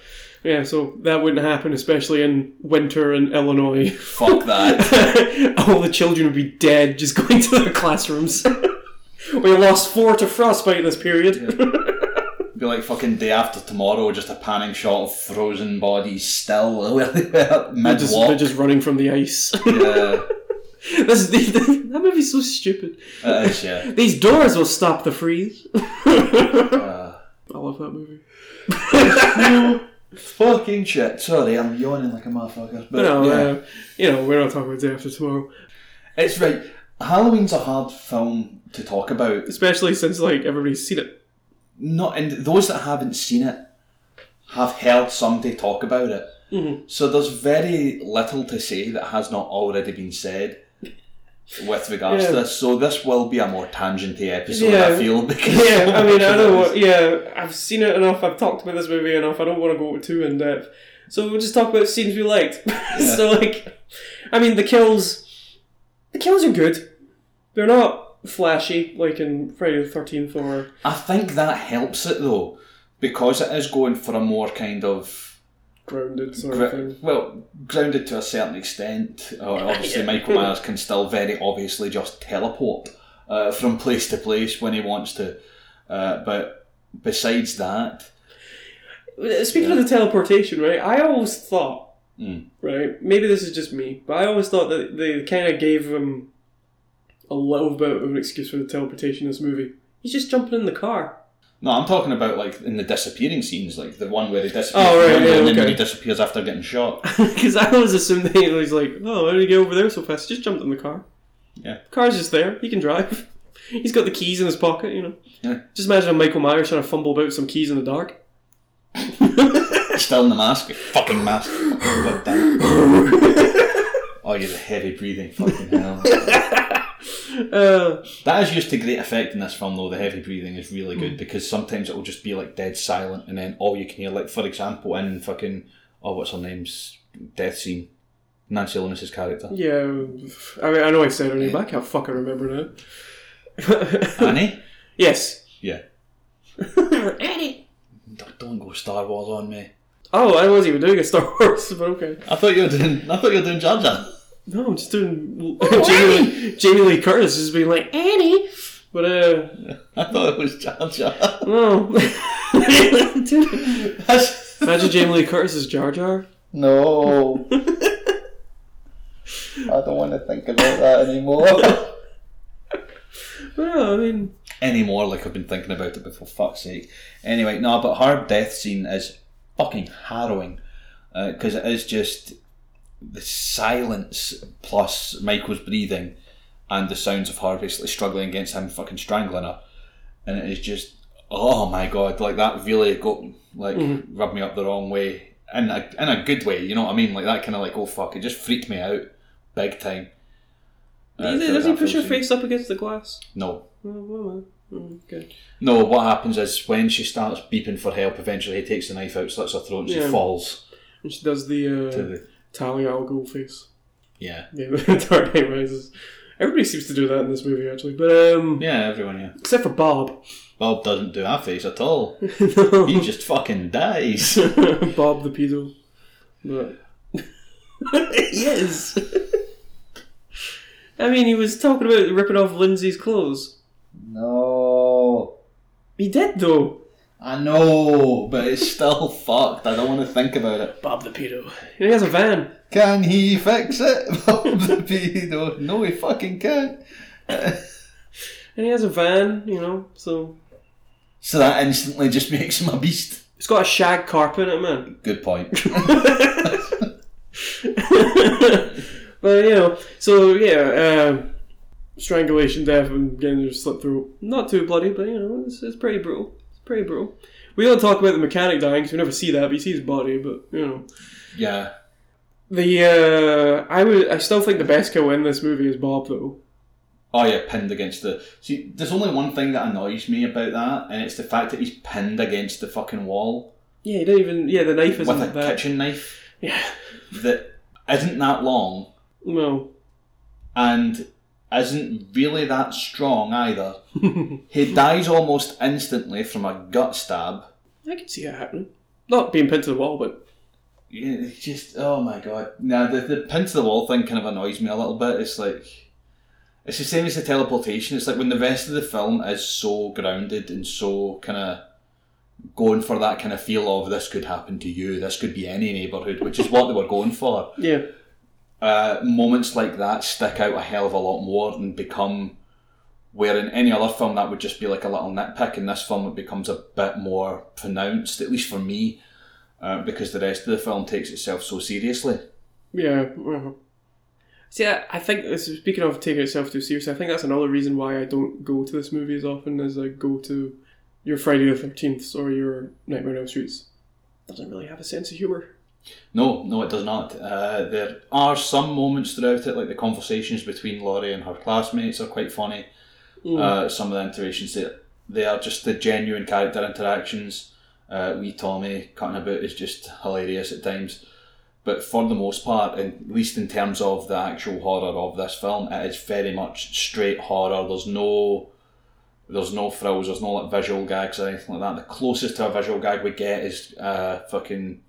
Yeah, so that wouldn't happen, especially in winter in Illinois. *laughs* Fuck *laughs* that. all the children would be dead just going to their classrooms. *laughs* we lost four to frostbite this *laughs* period. Be like fucking day after tomorrow, just a panning shot of frozen bodies still *laughs* where they were They're mid just, they're walk. just running from the ice. *laughs* Yeah, That's, *laughs* that movie's so stupid. it is. *laughs* Yeah. These doors will stop the freeze. *laughs* I Uh, love that movie. Fucking shit. Sorry, I'm yawning like a motherfucker. But But no, yeah. uh, you know, we're not talking about Death tomorrow. it's right. Halloween's a hard film to talk about. Especially since, like, everybody's seen it. Not and those that haven't seen it have heard somebody talk about it. Mm-hmm. So there's very little to say that has not already been said with regards to Yeah. this. So this will be a more tangenty episode, I Yeah. *laughs* feel, because Yeah, so I much *laughs* mean, I of know it is- what. Yeah, I've seen it enough. I've talked about this movie enough. I don't want to go too in depth. So we'll just talk about scenes we liked. *laughs* so, like, I mean, the kills. The kills are good. They're not flashy like in Friday the Thirteenth or I think that helps it though, because it is going for a more kind of Grounded sort of Gr- thing. well, grounded to a certain extent. *laughs* Uh, obviously, Michael Myers can still very obviously just teleport uh, from place to place when he wants to. Uh, but besides that, Speaking of the teleportation, right? I always thought, Mm. right? Maybe this is just me, but I always thought that they kind of gave him a little bit of an excuse for the teleportation in this movie. He's just jumping in the car. no, I'm talking about like in the disappearing scenes, like the one where he disappears, Oh, from right, London yeah, and then okay. he disappears after getting shot. *laughs* Because I always assumed that he was like, oh, how did he get over there so fast? Just jumped in the car. Yeah. Car's just there. He can drive. *laughs* He's got the keys in his pocket, you know. Yeah. Just imagine a Michael Myers trying to fumble about some keys in the *laughs* dark. Still in the mask, you fucking mask. *laughs* God damn. Oh, you're the heavy breathing, fucking hell. Uh, That is used to great effect in this film, though. The heavy breathing is really good because sometimes it will just be like dead silent, and then all you can hear, like for example, in fucking oh, what's her name's death scene, Nancy *laughs* Lewis's character, yeah. I mean, I know I said her name, but I can't fucking remember now. *laughs* Annie. yes. *laughs* Yeah. Annie. Don't- Don't go Star Wars on me. Oh, I wasn't even doing a Star Wars, but okay. I thought you were doing. I thought you were doing Jar Jar. No, I'm just doing *laughs* Jamie, Lee, Jamie Lee Curtis just being like Annie, but uh, I thought it was Jar Jar. *laughs* no. That's- Imagine Jamie Lee Curtis as Jar Jar. No. I don't want to think about that anymore. *laughs* Well, I mean, anymore. Like I've been thinking about it before. Fuck's sake. Anyway, no, but her death scene is fucking harrowing because it is just the silence plus Michael's breathing and the sounds of her basically struggling against him, fucking strangling her, and it is just oh my god, like that really got like rubbed me up the wrong way. In a, in a good way, you know what I mean? Like that kind of like, oh fuck, it just freaked me out big time. Uh, so doesn't he that push her feels- face up against the glass? No, Oh, well, well. Okay. No, what happens is when she starts beeping for help, eventually he takes the knife out, slits her throat, and Yeah. she falls And she does the uh, to the. Talia al Ghul face. Yeah. Yeah, *laughs* the Dark Knight Rises. Everybody seems to do that in this movie, actually. But um, Yeah, everyone, yeah. except for Bob. *laughs* Bob doesn't do that face at all. No. He just fucking *laughs* dies. Bob the pedo. *laughs* But yes. I mean, he was talking about ripping off Lindsay's clothes. No. He did though. I know, but it's still *laughs* fucked. I don't want to think about it. Bob the pedo. He has a van. Can he fix it? *laughs* Bob the pedo. No, he fucking can't. And he has a van, you know, so. So that instantly just *laughs* makes him a beast. It's got a shag carpet in it, man. Good point. *laughs* but, you know, so yeah, um, strangulation, death, and getting your slit through. Not too bloody, but, you know, it's, it's pretty brutal. It's pretty brutal. We don't talk about the mechanic dying because we never see that, but you see his body, but, you know. yeah. The uh, I would I still think the best kill in this movie is Bob though. Oh yeah, pinned against the. See, there's only one thing that annoys me about that, and it's the fact that he's pinned against the fucking wall Yeah, you don't even yeah the knife isn't with a that. kitchen knife Yeah, that isn't that long no, and isn't really that strong either. he dies almost instantly from a gut stab. I can see that happening. Not being pinned to the wall, but Yeah, it's just oh my god. Now the the pin to the wall thing kind of annoys me a little bit. It's like it's the same as the teleportation. It's like when the rest of the film is so grounded and so kind of going for that kind of feel of this could happen to you, this could be any neighborhood, which is what they were going for. yeah, Uh, moments like that stick out a hell of a lot more and become where in any other film that would just be like a little nitpick. In this film, it becomes a bit more pronounced, at least for me. uh, because the rest of the film takes itself so seriously. Yeah. well. See, I, I think this- speaking of taking itself too seriously, I think that's another reason why I don't go to this movie as often as I go to your Friday the Thirteenth or your Nightmare on Elm Streets. Doesn't really have a sense of humor. No, no, it does not. Uh, there are some moments throughout it, like the conversations between Laurie and her classmates are quite funny. Hmm. Mm. Uh, some of the interactions that they are just the genuine character interactions. Uh, wee Tommy cutting about is just hilarious at times. But for the most part, in- at least in terms of the actual horror of this film, it is very much straight horror. There's no, there's no frills. There's no like visual gags or anything like that. The closest to a visual gag we get is uh, fucking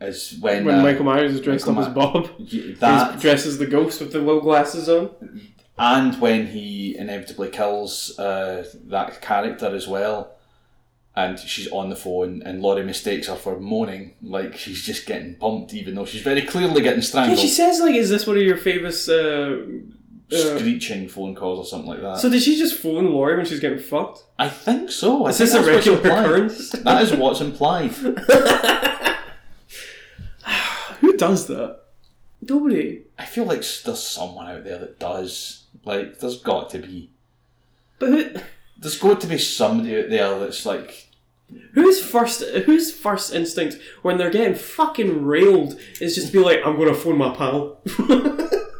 is when, When uh, Michael Myers is dressed Michael up as Bob, y- he that dresses the ghost with the little glasses on. and when he inevitably kills uh, that character as well, and she's on the phone, and Laurie mistakes her for moaning, like she's just getting bumped, even though she's very clearly getting Yeah, strangled, she says like, "Is this one of your famous?" Uh, uh, screeching phone calls or something like that. so did she just phone Laurie when she's getting fucked? I think so. I Is think this a that's what's regular implied. *laughs* occurrence? That is what's implied. Who does that? Nobody. I feel like s- there's someone out there that does. Like, there's got to be. But who? There's got to be somebody out there that's like, Whose first whose first instinct when they're getting fucking railed is just to be like, I'm gonna phone my pal. *laughs*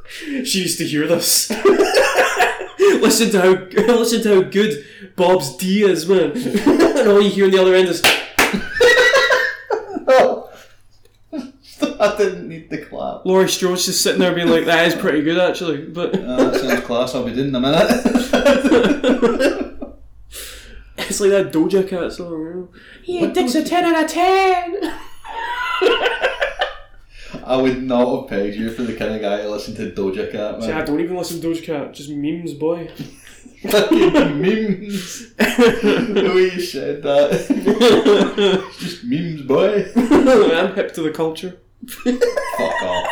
she needs to hear this. *laughs* listen to how *laughs* listen to how good Bob's D is, man. *laughs* and all you hear on the other end is *laughs* oh, I didn't need the clap. Laurie Strode's just sitting there being like, That is pretty good actually. But *laughs* Uh, that sounds class. I'll be doing in a minute. it's like that Doja Cat song. you know? Yeah, Dick's a ten out of *laughs* ten. *laughs* I would not have pegged you for the kind of guy to listen to Doja Cat, See, I man. don't even listen to Doja Cat, just memes, boy. *laughs* Fucking memes. the way you said that. *laughs* Just memes, boy. I'm hip to the culture. Fuck off.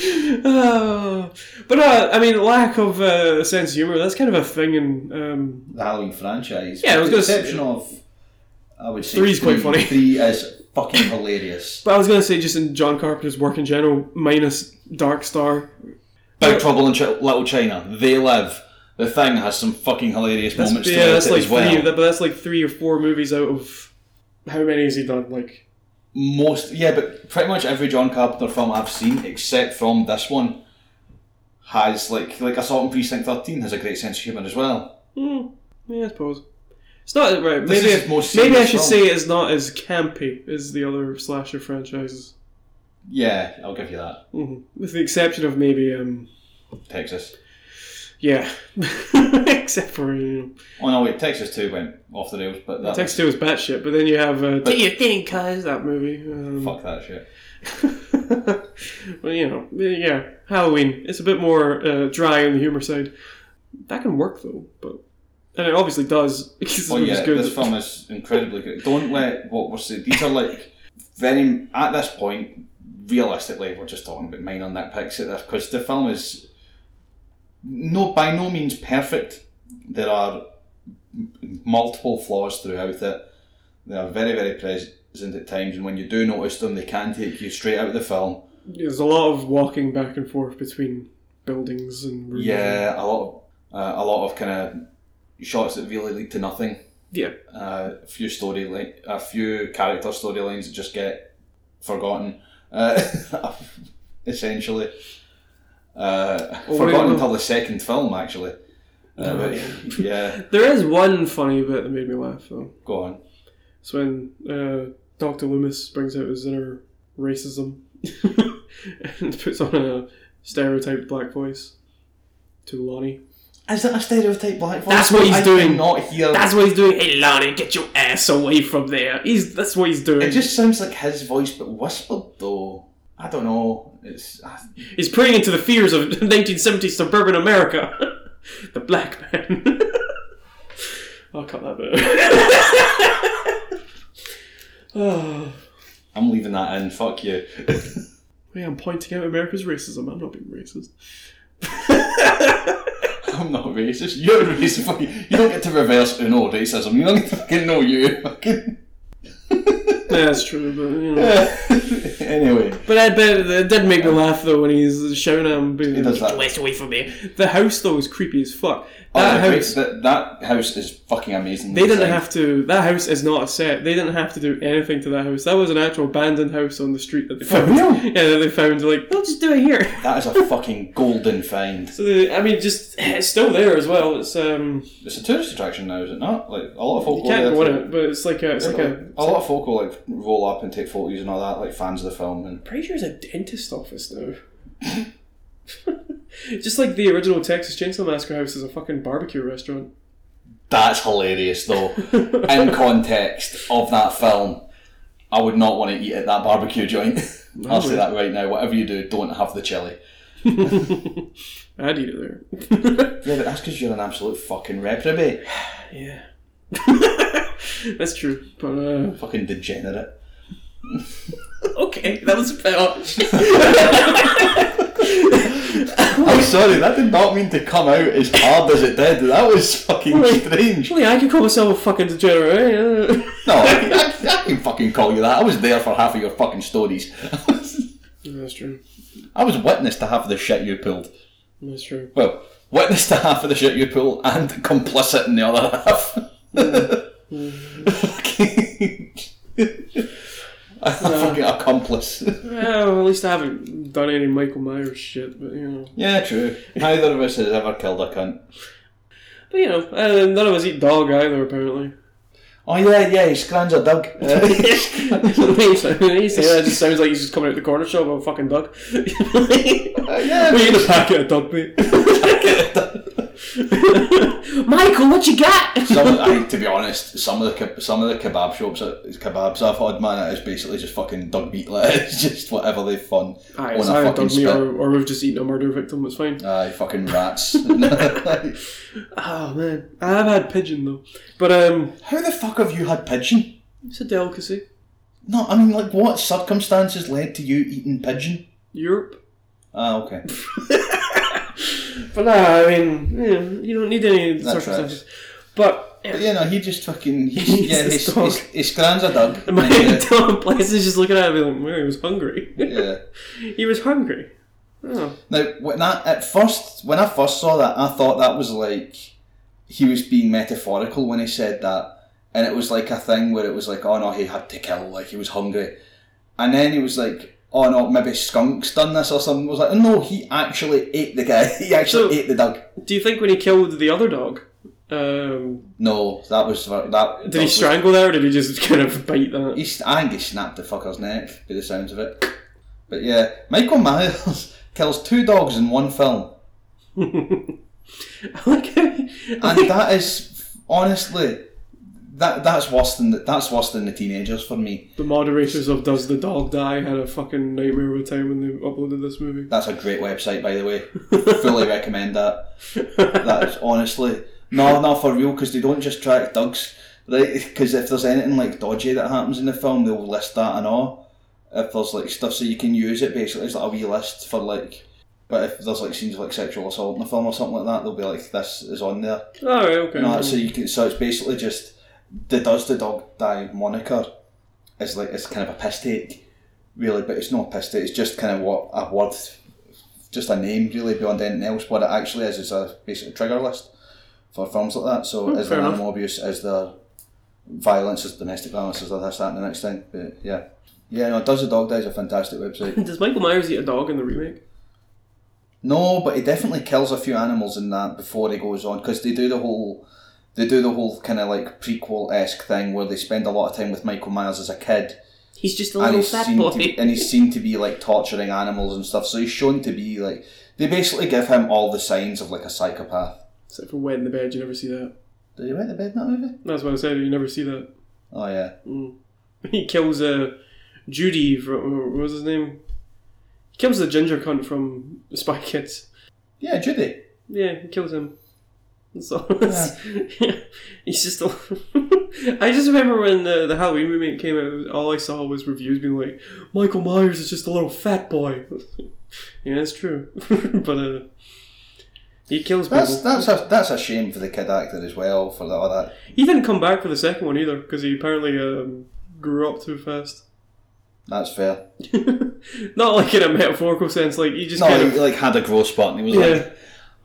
Oh, *sighs* but uh, I mean, lack of uh, sense of humor—that's kind of a thing. And um, The Halloween franchise. Yeah, I was With the gonna exception of. I would say Three's quite three- funny. Three is fucking hilarious. but I was gonna say, just in John Carpenter's work in general, minus Dark Star. Big Trouble in Ch- Little China. They live. The thing has some fucking hilarious That's, moments yeah, to that's it like as well. three. That, but that's like three or four movies out of how many has he done? Like, most yeah, but pretty much every John Carpenter film I've seen, except from this one, has like like Assault on Precinct Thirteen has a great sense of humour as well. hmm, yeah, I suppose it's not right. This Maybe is his most maybe I serious should film. say it's not as campy as the other slasher franchises, Yeah, I'll give you that. hmm with the exception of maybe um, Texas. yeah, *laughs* except for you know, Oh no, wait, Texas Two went off the rails, but that Text Two was batshit, but then you have uh, But- Do Your Thing, cuz, that movie. Um, fuck that shit. *laughs* well, you know, yeah, Halloween. It's a bit more uh, dry on the humor side. That can work, though, but. And it obviously does, *laughs* because this Oh movie's yeah, good. this film is incredibly good. Don't let what we're saying. These are like very at this point. Realistically, we're just talking about minor nitpicks at this because the film is no by no means perfect. There are m- multiple flaws throughout it. They are very very present at times, and when you do notice them, they can take you straight out of the film. There's a lot of walking back and forth between buildings and rooms. Yeah, a lot of uh, a lot of kind of shots that really lead to nothing. Yeah. uh, a few story li- a few character storylines that just get forgotten, uh, *laughs* essentially. Uh, Well, what do forgotten you- until the second film, actually. Uh, Oh, but- *laughs* yeah, There is one funny bit that made me laugh, though. go on. It's when uh, Dr. Loomis brings out his inner racism *laughs* and puts on a stereotyped black voice to Lonnie. Is that a stereotype black voice? That's what he's I did doing. Not here. That's what he's doing. Hey, Lonnie, get your ass away from there. He's that's what he's doing. It just sounds like his voice, but whispered though. I don't know. It's I, he's preying into the fears of *laughs* 1970s suburban America. *laughs* the black man. *laughs* I'll cut that bit. *laughs* oh, I'm leaving that in. Fuck you. yeah, I'm pointing out America's racism. I'm not being racist. I'm not racist. You're racist. Fucking, you don't get to reverse Uno racism. You don't fucking know you. Fucking. Yeah, that's true, but you know. *laughs* anyway, But, I, but it did make me laugh though when he's shouting at him, being He does that. "Get away from me!" The house though is creepy as fuck. oh, That the great- house, that, that house is fucking amazing. um, they didn't have to. That house is not a set. They didn't have to do anything to that house. That was an actual abandoned house on the street that they For found. real? *laughs* Yeah, that they found. Like, we'll just do it here. That is a fucking golden find. So the, I mean, just it's still there as well. It's um, It's a tourist attraction now, is it not? Like a lot of folk you go there can't go in to- it, but it's like a, it's like a. a lot of folk will like roll up and take photos and all that, like fans of the film. And Pretty sure it's a dentist office *laughs* now. just like the original Texas Chainsaw Massacre house is a fucking barbecue restaurant. *laughs* that's hilarious, though. in context of that film, I would not want to eat at that barbecue joint. I'll say that right now. Whatever you do, don't have the chili. *laughs* I'd eat it there. *laughs* Yeah, but that's because you're an absolute fucking reprobate, yeah. *laughs* That's true, but uh, fucking degenerate. okay, that was a bit *laughs* harsh. *laughs* I'm sorry, that did not mean to come out as hard as it did. That was fucking strange. Surely I could call myself a fucking degenerate. eh? No, I, I, I can fucking call you that. I was there for half of your fucking stories. *laughs* Yeah, *laughs* That's true. I was witness to half of the shit you pulled. That's true. Well, witness to half of the shit you pull and complicit in the other half. *laughs* A fucking accomplice. Well, at least I haven't done any Michael Myers shit, but you know. yeah, true. Neither of us has ever killed a cunt. But you know, uh, none of us eat dog either, apparently. *laughs* Oh yeah, yeah, he scrans a *laughs* dog. *laughs* When you say that, it just sounds like he's just coming out the corner shop with a fucking *laughs* dog. yeah, We need a packet of dog meat. *laughs* Michael, what you got? some, I think, to be honest, some of the keb- some of the kebab shops, uh, kebabs I've had, man, it's basically just fucking dog meat. Like, *laughs* it's just whatever they fun Aye, on it's a either fucking dog meat spit. or, or we've just eaten a murder victim, it's fine. Aye, fucking rats. *laughs* Oh man, I have had pigeon though. But um, How the fuck have you had pigeon? it's a delicacy. No, I mean, like, what circumstances led to you eating pigeon? Europe. Ah, okay. *sighs* But nah, I mean, yeah, you don't need any That circumstances. But *laughs* But yeah, no, he just fucking. He's, He's yeah, a he's, dog. he's, he scrans a dog. *laughs* my and, uh, dumb place is just looking at me like, well, he was hungry. *laughs* yeah. he was hungry. Oh, Now, when I at first when I first saw that, I thought that was like he was being metaphorical when he said that, and it was like a thing where it was like, oh no, he had to kill, like he was hungry, and then he was like, oh no, maybe skunks done this or something. I was like, no, he actually ate the guy. *laughs* He actually So- ate the dog. do you think when he killed the other dog, um, No, that was that. did that he was- strangle that or did he just *laughs* kind of bite that? He, s- I think he snapped the fucker's neck by the sounds of it. But yeah, Michael Myers *laughs* kills two dogs in one film, I like how he- I and like- *laughs* that is honestly that that's worse than the, that's worse than the teenagers for me. the moderators of Does the Dog Die had a fucking nightmare of a time when they uploaded this movie. *laughs* That's a great website, by the way. Fully recommend that. That's honestly no, no for real because they don't just track dogs, right? Because if there's anything like dodgy that happens in the film, they'll list that and all. If there's like stuff, so you can use it basically as like a wee list for like. But if there's like scenes of like sexual assault in the film or something like that, they'll be like, "This is on there." Alright, okay. No, so you can. So it's basically just the does the dog die moniker is like it's kind of a piss take, really. But it's not a piss take. It's just kind of what a word, just a name really beyond anything else. What it actually is is a basic trigger list for films like that. So is there Hmm, fair animal abuse? Is there violence? Is domestic violence? Is there this that and the next thing? But yeah, yeah. No, does the dog die is a fantastic website. *laughs* Does Michael Myers eat a dog in the remake? No, but he definitely kills a few animals in that before he goes on because they do the whole, they do the whole kind of like prequel esque thing where they spend a lot of time with Michael Myers as a kid, He's just a and he's seen *laughs* to, and he's seen to be like torturing animals and stuff. So he's shown to be like they basically give him all the signs of like a psychopath. Except for wet in the bed, you never see that. Did he went to bed in that movie? That's what I said, you never see that. *laughs* Oh yeah, He kills uh, Judy from, what was his name? He kills the ginger cunt from Spy Kids. yeah, Judy. Yeah, he kills him. That's all. *laughs* He's just. A... *laughs* I just remember when the, the Halloween remake came out, all I saw was reviews being like, Michael Myers is just a little fat boy. *laughs* yeah, it's true. *laughs* but uh, he kills people. That's that's a that's a shame for the kid actor as well for that all that. He didn't come back for the second one either, because he apparently um, grew up too fast. *laughs* That's fair. Not like in a metaphorical sense, like he just No, kind he of like had a growth spot and he was yeah. Hmm. like,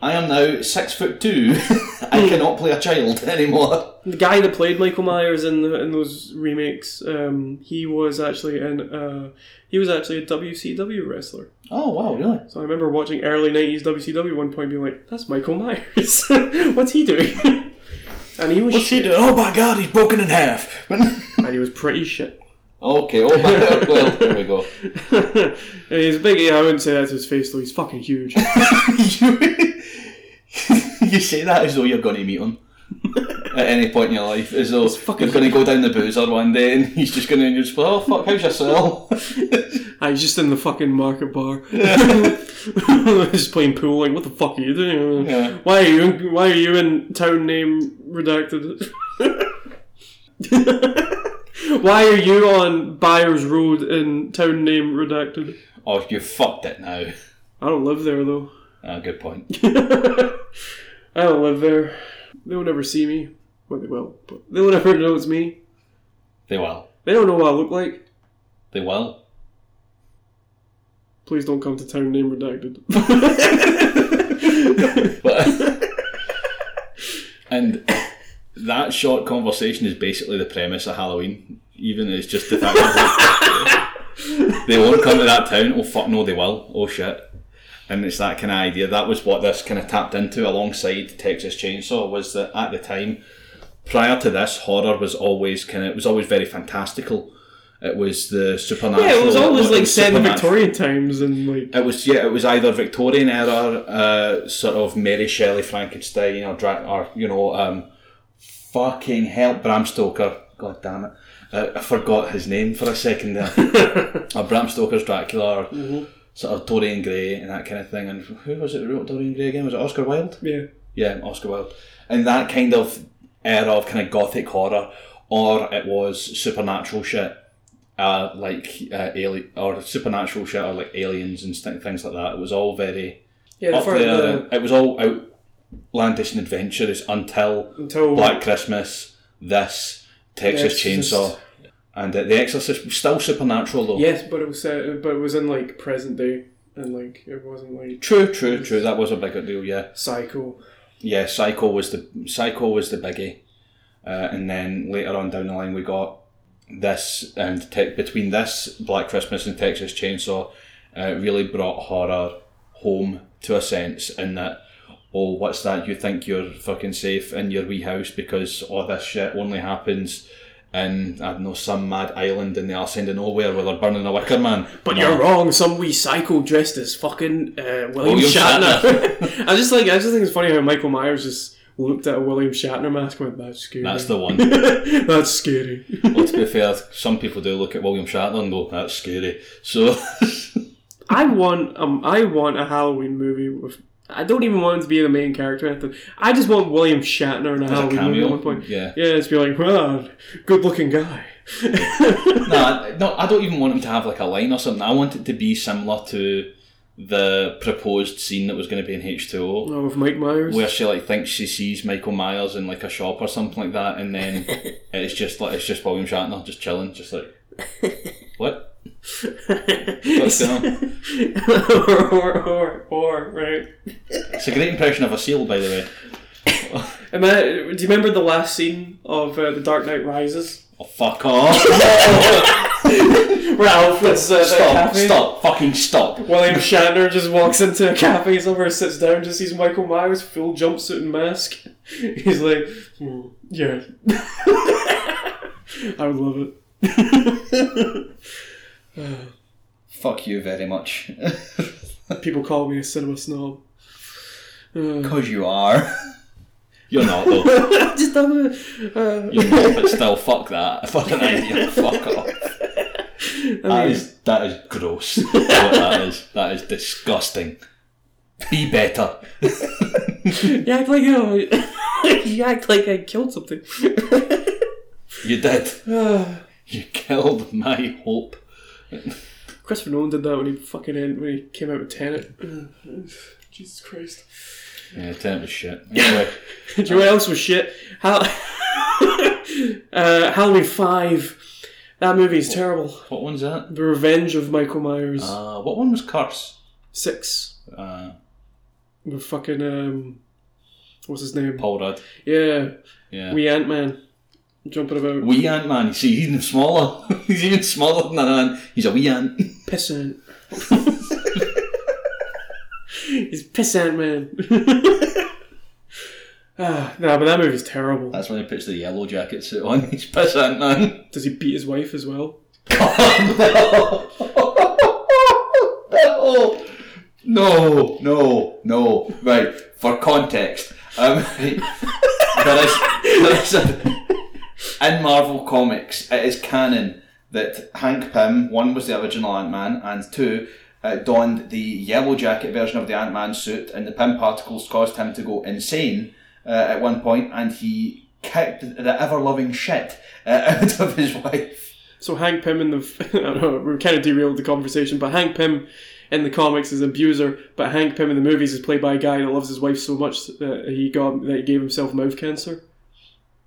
I am now six foot two. *laughs* I cannot play a child *laughs* anymore. The guy that played Michael Myers in the, in those remakes, um, he was actually an uh, he was actually a WCW wrestler. Oh wow, really? So I remember watching early nineties WCW at one point, being like, "That's Michael Myers. *laughs* What's he doing?" *laughs* and he was shit, doing? Oh my god, he's broken in half. *laughs* and he was pretty shit. *laughs* okay, oh my god, well, there we go. *laughs* And he's big. Yeah, I wouldn't say that's his face though. He's fucking huge. you say that as though you're going to *laughs* meet him at any point in your life, as though fucking- you're going to go down the boozer one day and he's just going to and you're just like, oh fuck, how's your cell? *laughs* I was just in the fucking market bar, *laughs* just playing pool. Like, what the fuck are you doing? Yeah. Why are you? In, why are you in town name redacted? *laughs* why are you on Byers Road in town name redacted? *laughs* oh, you fucked it now. I don't live there though. *laughs* Ah, good point. I don't live there. They'll never see me. Well, they will, but they'll never know it's me. They will. They don't know what I look like. They will. Please don't come to town name redacted. *laughs* But *laughs* and that short conversation is basically the premise of Halloween. Even it's just the fact that they won't come to that town. Oh fuck no, they will. Oh shit. And it's that kind of idea. That was what this kind of tapped into alongside Texas Chainsaw was that at the time, prior to this, horror was always kind of it was always very fantastical. It was the supernatural. yeah, it was always like was said in supernatural. Victorian times and like It was yeah, it was either Victorian era, uh, sort of Mary Shelley, Frankenstein, or Dra- or you know, um, fucking help Bram Stoker. God damn it, uh, I forgot his name for a second there. or Bram Stoker's Dracula, or sort of Dorian Gray and that kind of thing. And who was it who wrote Dorian Gray again? Was it Oscar Wilde? yeah. Yeah, Oscar Wilde. And that kind of era of kind of gothic horror, or it was supernatural shit, uh, like uh, alien or supernatural shit, or like aliens and st- things like that. It was all very Yeah, the uh, up fir- there. the- It was all outlandish and adventurous until until Black Christmas, this Texas The Exorcist. Chainsaw, and uh, The Exorcist was still supernatural though. yes, but it was set, but it was in like present day and like it wasn't like True, true, true. That was a bigger deal. Yeah. psycho. yeah, Psycho was the Psycho was the biggie, uh, and then later on down the line we got this and te- between this Black Christmas and Texas Chainsaw, uh, really brought horror home to a sense in that. Oh, what's that? You think you're fucking safe in your wee house because all this shit only happens in I don't know some mad island in the arse end of nowhere where they're burning a wicker man. But you're wrong. Some wee psycho dressed as fucking uh, William William Shatner. *laughs* Shatner. I just like I just think it's funny how Michael Myers just looked at a William Shatner mask and went, "That's scary. *laughs* That's the *laughs* one. That's scary." well, to be fair, some people do look at William Shatner and go, "That's scary." So. *laughs* I want um I want a Halloween movie with. I don't even want him to be the main character. or anything. I just want William Shatner in a Halloween movie at cameo, one point. yeah. yeah, just be like, well, good looking guy. *laughs* no, no, I don't even want him to have like a line or something. I want it to be similar to the proposed scene that was going to be in H two O, Oh, with Mike Myers. where she like thinks she sees Michael Myers in like a shop or something like that, and *laughs* then it's just like it's just William Shatner just chilling, just like *laughs* what? *laughs* What's going on? or, or, or, or, right? It's a great impression of a seal, by the way. And that, do you remember the last scene of uh, The Dark Knight Rises? Oh fuck off! *laughs* Ralph was uh, that stop! cafe. Stop! Fucking stop! William Shatner just walks into a cafe, somewhere, sits down, just sees Michael Myers, full jumpsuit and mask. *laughs* He's like, "Hmm, yeah. *laughs* I would love it. Fuck you very *laughs* much, People call me a cinema snob. *laughs* Uh, because you *laughs* are. You're not though. just don't, uh, You're not, but still, fuck that. *laughs* Fucking idea. Fuck off. That is that is gross. That's what that is that is disgusting. Be better. you act like you, know, *laughs* you act like I killed something. *sighs* You did. You killed my hope. Christopher Nolan did that when he fucking end, when he came out with Tenet. *sighs* Jesus *laughs* Christ. Yeah, tell was shit. Anyway, Do you *laughs* know what else was shit? How uh, Halloween Five. That movie's terrible. What one's that? The Revenge of Michael Myers. Uh, what one was Curse? Six. Uh, With fucking, um, what's his name? Paul Rudd. Yeah, Yeah. Wee Ant Man. Jumping about. Wee Ant Man. You see, he's even smaller. *laughs* he's even smaller than an ant. He's a wee ant. Pissant. *laughs* He's Pissant Man. *laughs* ah, nah, but that movie's terrible. That's when he puts the yellow jacket suit on. *laughs* He's piss Ant Man. Does he beat his wife as well? no. no. No. No. No. Right. For context, um, there is there is a, in Marvel comics it is canon that Hank Pym one was the original Ant Man and two. Uh, donned the yellow jacket version of the Ant Man suit, and the Pym particles caused him to go insane uh, at one point, and he kicked the ever loving shit uh, *laughs* out of his wife. So Hank Pym in the *laughs* I don't know we kind of derailed the conversation, but Hank Pym in the comics is an abuser, but Hank Pym in the movies is played by a guy that loves his wife so much that he got that he gave himself mouth cancer.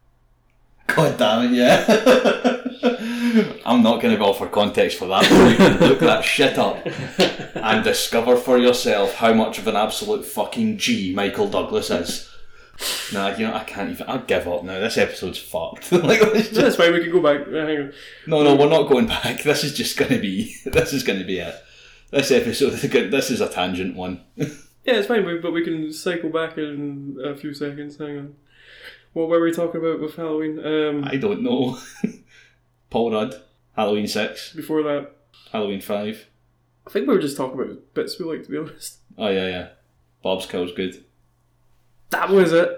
*laughs* God damn it, yeah. *laughs* I'm not going to go for context for that. but You can look that shit up and discover for yourself how much of an absolute fucking G Michael Douglas is. Nah, you know, I can't even. I'll give up now. This episode's fucked. *laughs* like, let's just, That's why we could go back. uh, Hang on. no, no, we're not going back. This is just going to be. *laughs* This is going to be it. This episode, is good- this is a tangent one. Yeah, it's fine, we- but we can cycle back in a few seconds. Hang on. What were we talking about with Halloween? Um, I don't know. *laughs* Paul Rudd, Halloween 6, before that, Halloween 5. I think we were just talking about bits we like. To be honest, Oh, yeah, yeah. Bob's Kill's good. that was *laughs* it.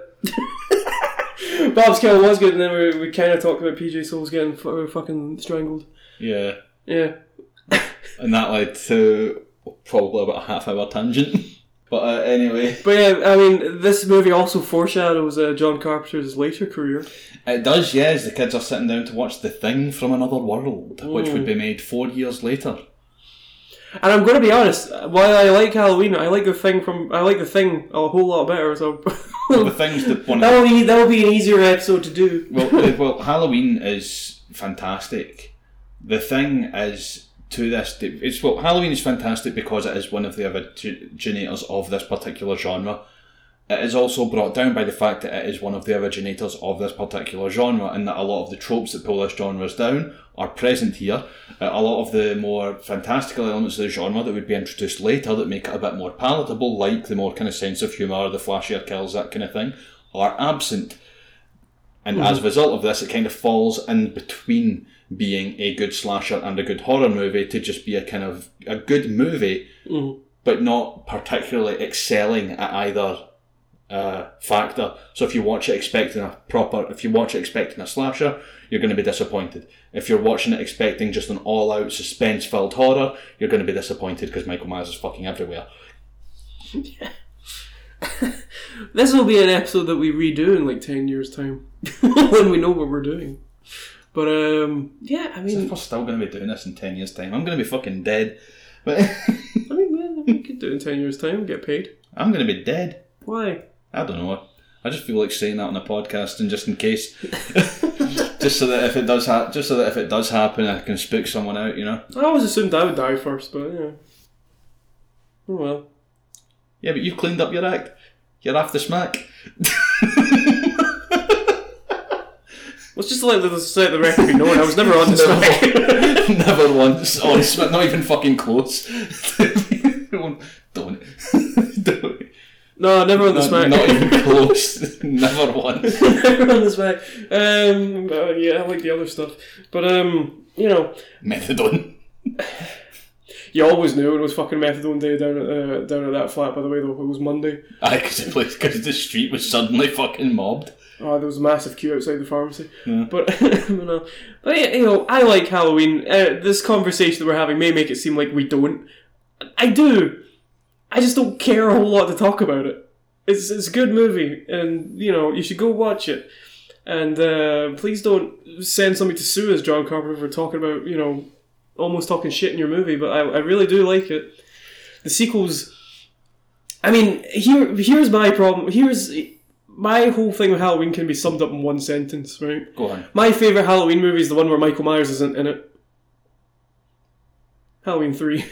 Bob's Kill was good, and then we, we kind of talked about PJ Souls getting f- fucking strangled. Yeah. Yeah. and that led to probably about a half hour tangent. *laughs* But uh, anyway, But yeah, I mean, this movie also foreshadows uh, John Carpenter's later career. it does. Yeah, as the kids are sitting down to watch The Thing from Another World, which would be made four years later. And I'm going to be honest, while I like Halloween, I like the thing from I like the thing a whole lot better. So *laughs* The Thing's the one. Of that'll be that'll be an easier episode to do. the, well, uh, well, Halloween is fantastic. The Thing is to this day. It's well, Halloween is fantastic because it is one of the originators of this particular genre. It is also brought down by the fact that it is one of the originators of this particular genre, and that a lot of the tropes that pull this genres down are present here. Uh, a lot of the more fantastical elements of the genre that would be introduced later that make it a bit more palatable, like the more kind of sense of humour, the flashier kills, that kind of thing, are absent. And as a result of this, it kind of falls in between being a good slasher and a good horror movie to just be a kind of a good movie, but not particularly excelling at either uh, factor. So if you watch it expecting a proper, if you watch it expecting a slasher, you're going to be disappointed. If you're watching it expecting just an all-out suspense-filled horror, you're going to be disappointed because Michael Myers is fucking everywhere. This will be an episode that we redo in like ten years' time *laughs* when we know what we're doing. But um, yeah, I mean, We're still going to be doing this in ten years' time. I'm going to be fucking dead. But *laughs* I mean, yeah, we could do it in ten years' time. Get paid. I'm going to be dead. Why? I don't know. I just feel like saying that on a podcast, and just in case, *laughs* just so that if it does happen, just so that if it does happen, I can spook someone out. You know. I always assumed I would die first, but yeah. Oh well. Yeah, but you've cleaned up your act. You're after smack. Let's just let the, let's let the record be known. I was *laughs* never on *laughs* this. record. Never once. Oh, it's not even fucking close. *laughs* don't. *laughs* Don't. don't. No, never on the Not, smack. not even close. *laughs* Never once. *laughs* never on the smack. Um, uh, yeah, I like the other stuff, but um, you know, Methadone. you always knew it was fucking methadone day down at uh, down at that flat. By the way, though, it was Monday. Aye, because because the street was suddenly fucking mobbed. Oh, there was a massive queue outside the pharmacy. But *laughs* you know, but yeah, you know, I like Halloween. Uh, this conversation that we're having may make it seem like we don't. I do. I just don't care a whole lot to talk about it. It's it's a good movie, and you know you should go watch it. And uh, please don't send somebody to sue us, John Carpenter, for talking about you know almost talking shit in your movie. But I, I really do like it. The sequels. I mean, here here's my problem. Here's my whole thing with Halloween can be summed up in one sentence, right? Go on. My favourite Halloween movie is the one where Michael Myers isn't in it. Halloween 3.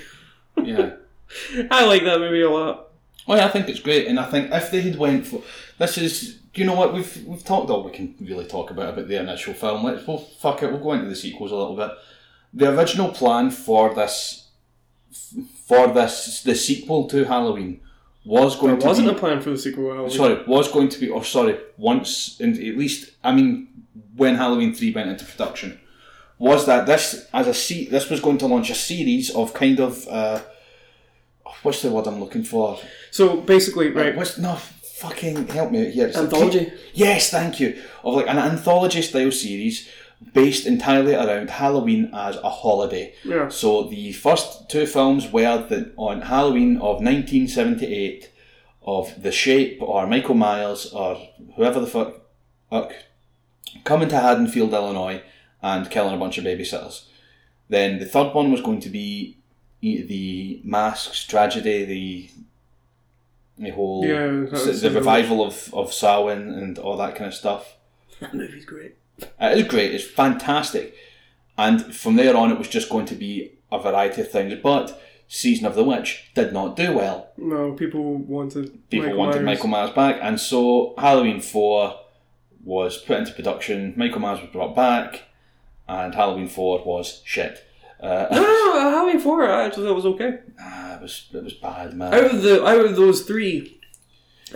Yeah. *laughs* I like that movie a lot. Oh yeah, I think it's great, and I think if they had went for this is you know what we've we've talked all we can really talk about about the initial film. Let's well fuck it, we'll go into the sequels a little bit. The original plan for this for this the sequel to Halloween was There going to wasn't be a plan for the sequel. Halloween. sorry was going to be or sorry once and at least I mean when Halloween three went into production was that this as a se- this was going to launch a series of kind of uh, what's the word I'm looking for So basically, Right, right, what's no fucking help me out here? It's a Anthology. pe- yes, thank you. Of like an anthology style series based entirely around Halloween as a holiday. Yeah. So the first two films were the, on Halloween of 1978 of The Shape or Michael Myers or whoever the fuck fuck, coming to Haddonfield, Illinois and killing a bunch of babysitters. Then the third one was going to be e- the masks tragedy, the the whole Yeah, that s- was the the- revival of of Samhain and all that kind of stuff. that movie's great. It is great. It's fantastic. And from there on, it was just going to be a variety of things. But Season of the Witch did not do well. No, people wanted People Michael wanted Myers. Michael Myers back, and so Halloween Four was put into production. Michael Myers was brought back, and Halloween Four was shit. Uh, *laughs* No, no, no, Halloween Four. I actually thought was okay. Ah, it was it was bad, man. Out of the out of those three,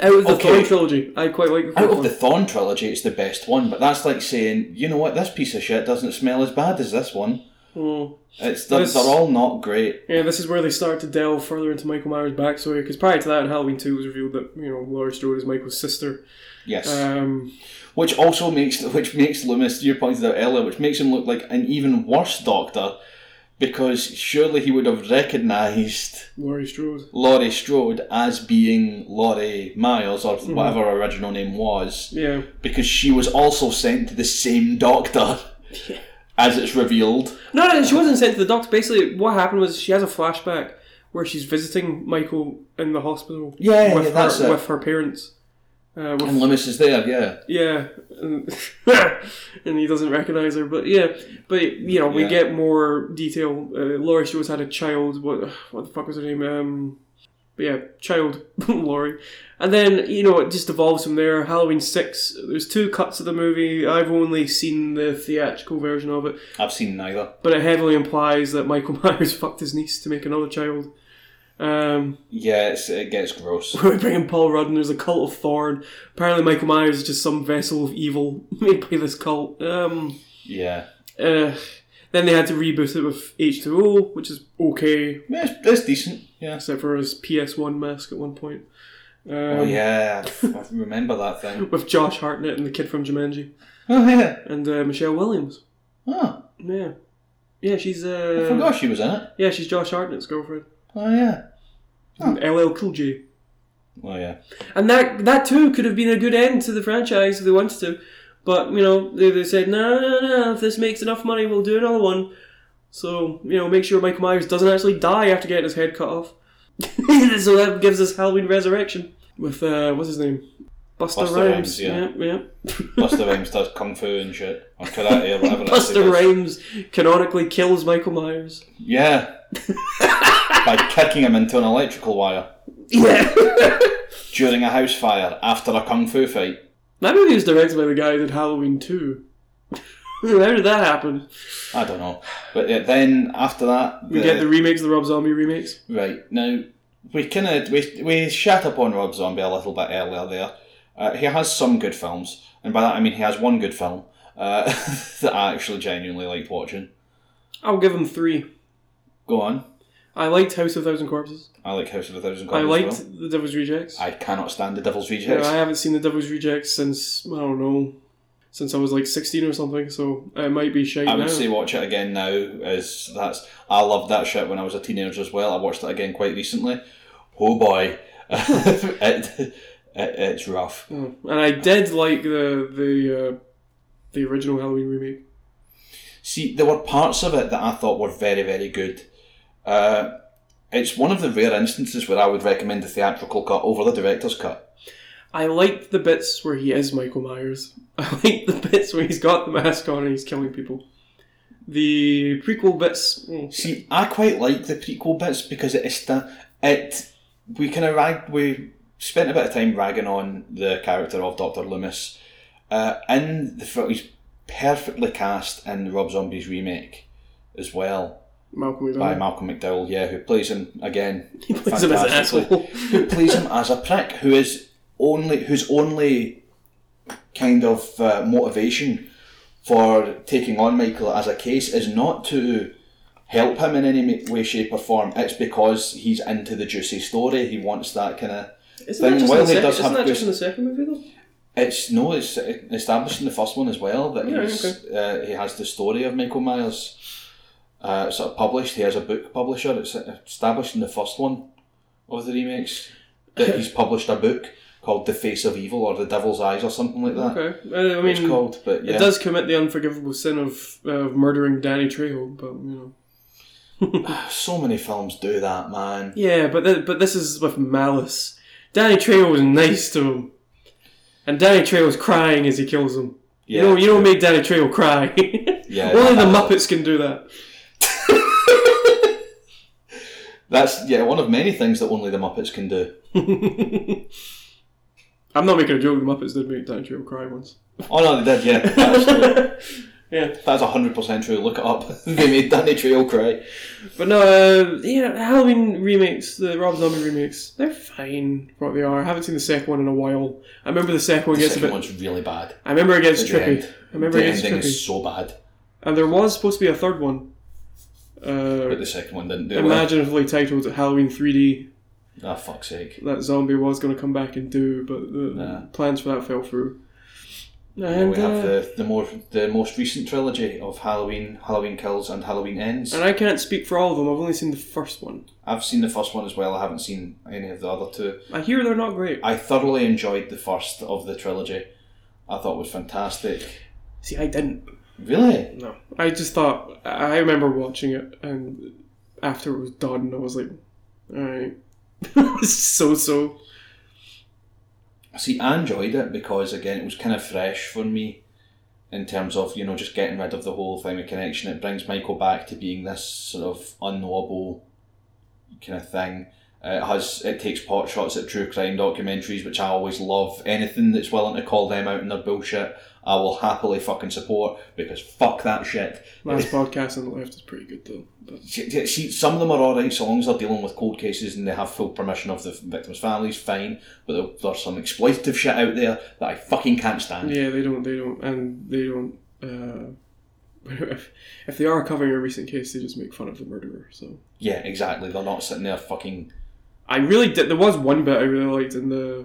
out of the Okay. Thorn trilogy, I quite like the Out fourth of one. the Thorn trilogy, it's the best one, but that's like saying, you know what, this piece of shit doesn't smell as bad as this one. Mm. It's they're, This- they're all not great. Yeah, this is where they start to delve further into Michael Myers' backstory. Because prior to that, in Halloween Two, it was revealed that you know Laurie Strode is Michael's sister. Yes, Um, which also makes *laughs* which makes Loomis you pointed out earlier, which makes him look like an even worse Doctor, because surely he would have recognised Laurie Strode. Laurie Strode as being Laurie Myers or whatever her original name was, Yeah, because she was also sent to the same Doctor, *laughs* as it's revealed. No, no, she wasn't sent to the doctor. Basically, what happened was she has a flashback where she's visiting Michael in the hospital. Yeah, with yeah, that's her, it. with her parents. Uh, with, And Loomis is there, yeah. yeah, and, *laughs* and he doesn't recognize her. But yeah, but you know, we Yeah. get more detail. Uh, Laurie Strode's had a child. What what the fuck was her name? Um, but yeah, child *laughs* Laurie. And then you know, it just evolves from there. Halloween six. There's two cuts of the movie. I've only seen the theatrical version of it I've seen neither. but it heavily implies that Michael *laughs* Myers fucked his niece to make another child. Um, Yeah, it's, it *laughs* gets *laughs* gross. we bring in Paul Rudd, and there's a cult of Thorn. Apparently, Michael Myers is just some vessel of evil *laughs* made by this cult. Um, Yeah. uh, then they had to reboot it with H2O, which is okay, yeah it's, it's decent. Yeah. except for his PS1 mask at one point. Um, Oh, yeah. I f- I *laughs* remember that *laughs* thing. With Josh Hartnett and the kid from Jumanji, Oh, yeah. and uh, Michelle Williams. Oh, Yeah. Yeah, she's I uh, forgot she was in it. yeah, she's Josh Hartnett's girlfriend. Oh, yeah. And LL Cool J. Oh, yeah. And that that too could have been a good end to the franchise if they wanted to. But, you know, they, they said, no, no, no, if this makes enough money, we'll do another one. So, you know, make sure Michael Myers doesn't actually die after getting his head cut off. *laughs* so that gives us Halloween Resurrection with, uh, what's his name? Buster, Busta Rhymes. Rhymes, yeah. yeah. yeah. *laughs* Buster Rhymes does kung fu and shit. Or karate or whatever. it is he Buster does. Rhymes canonically kills Michael Myers. *laughs* Yeah. By kicking him into an electrical wire Yeah. *laughs* during a house fire after a kung fu fight. that movie was directed by the guy who did Halloween 2. *laughs* How did that happen? I don't know. But yeah, then after that. We get the remakes, the Rob Zombie remakes. Right now, we kind of we we shat upon Rob Zombie a little bit earlier there. Uh, he has some good films, and by that I mean he has one good film uh, *laughs* that I actually genuinely liked watching. I'll give him three. Go on, I liked House of Thousand Corpses. I like House of a Thousand I Corpses. liked Oh, well. The Devil's Rejects. I, I cannot stand the Devil's Rejects. I haven't seen The Devil's Rejects since I don't know, since I was like sixteen or something. So it might be shite I now. would say watch it again now. As that's I loved that shit when I was a teenager as well. I watched it again quite recently. Oh boy, *laughs* it, it it's rough. Oh, And I did like the the uh, the original Halloween remake. See, there were parts of it that I thought were very, very good. Uh, it's one of the rare instances where I would recommend the theatrical cut over the director's cut. I like the bits where he is Michael Myers. *laughs* I like the bits where he's got the mask on and he's killing people. The prequel bits, mm, See, I quite like the prequel bits because it is the, it we kind of rag we spent a bit of time ragging on the character of Doctor Loomis, uh, in the fir- he's perfectly cast in Rob Zombie's remake as well Malcolm *laughs* by McDonald. Malcolm McDowell, yeah, who plays him again. He plays him as an fantastically. asshole. who plays him as a prick, who is only whose only kind of uh, motivation for taking on Michael as a case is not to help him in any ma- way, shape, or form. It's because he's into the juicy story. He wants that kind of. Isn't that Then just in while the he sec- does isn't have that just good- in the second movie though? It's no, it's established in the first one as well that Yeah, he's, uh, he has the story of Michael Myers. Uh, sort of published. He has a book publisher. It's established in the first one of the remakes *laughs* that he's published a book called "The Face of Evil" or "The Devil's Eyes" or something like that. Okay, Uh, I It's mean, called, but yeah, it does commit the unforgivable sin of uh, of murdering Danny Trejo, but you know. so many films do that, man. Yeah, but th- but this is with malice. Danny Trejo was nice to him, and Danny Trejo's crying as he kills him. Yeah, you know, you don't make Danny Trejo cry. Yeah, Only the that- Muppets can do that. *laughs* That's yeah, one of many things that only the Muppets can do. I'm not making a joke. The Muppets did make Danny Trejo cry *laughs* once. Oh no, they did. Yeah, *laughs* that's Yeah, that's hundred percent true. Look it up. *laughs* they made Danny Trejo cry. but no, uh, yeah, Halloween remakes, the Rob Zombie remakes, they're fine for what they are. I haven't seen the second one in a while. I remember the second one The gets a second bit. one's really bad. I remember it gets At the trippy. end. I remember the it gets ending trippy. is so bad, And there was supposed to be a third one. but Uh, the second one didn't do it. Well. imaginatively titled Halloween 3D Ah, fuck's sake. that zombie was going to come back and do, but the Nah. plans for that fell through. Well, And, we have uh, the, the more the most recent trilogy of Halloween, Halloween Kills, and Halloween Ends. and I can't speak for all of them. I've only seen the first one. I've seen the first one as well. I haven't seen any of the other two. I hear they're not great. I thoroughly enjoyed the first of the trilogy. I thought it was fantastic. See, I didn't. Really? No, I just thought. I remember watching it, and after it was done, I was like, "All right, *laughs* it was so so." See, I enjoyed it because again, it was kind of fresh for me in terms of you know just getting rid of the whole family connection. It brings Michael back to being this sort of unknowable kind of thing. Uh, It has it takes pot shots at true crime documentaries, which I always love. Anything that's willing to call them out in their bullshit, I will happily fucking support because fuck that shit. Last podcast on the left is pretty good though. But See- See, see, some of them are alright so long as they're dealing with cold cases and they have full permission of the victims' families, fine. But there- there's some exploitative shit out there that I fucking can't stand. yeah, they don't. They don't. And they don't. Uh, *laughs* if, if they are covering a recent case, they just make fun of the murderer. So. Yeah, exactly. They're not sitting there fucking. I really did. There was one bit I really liked in the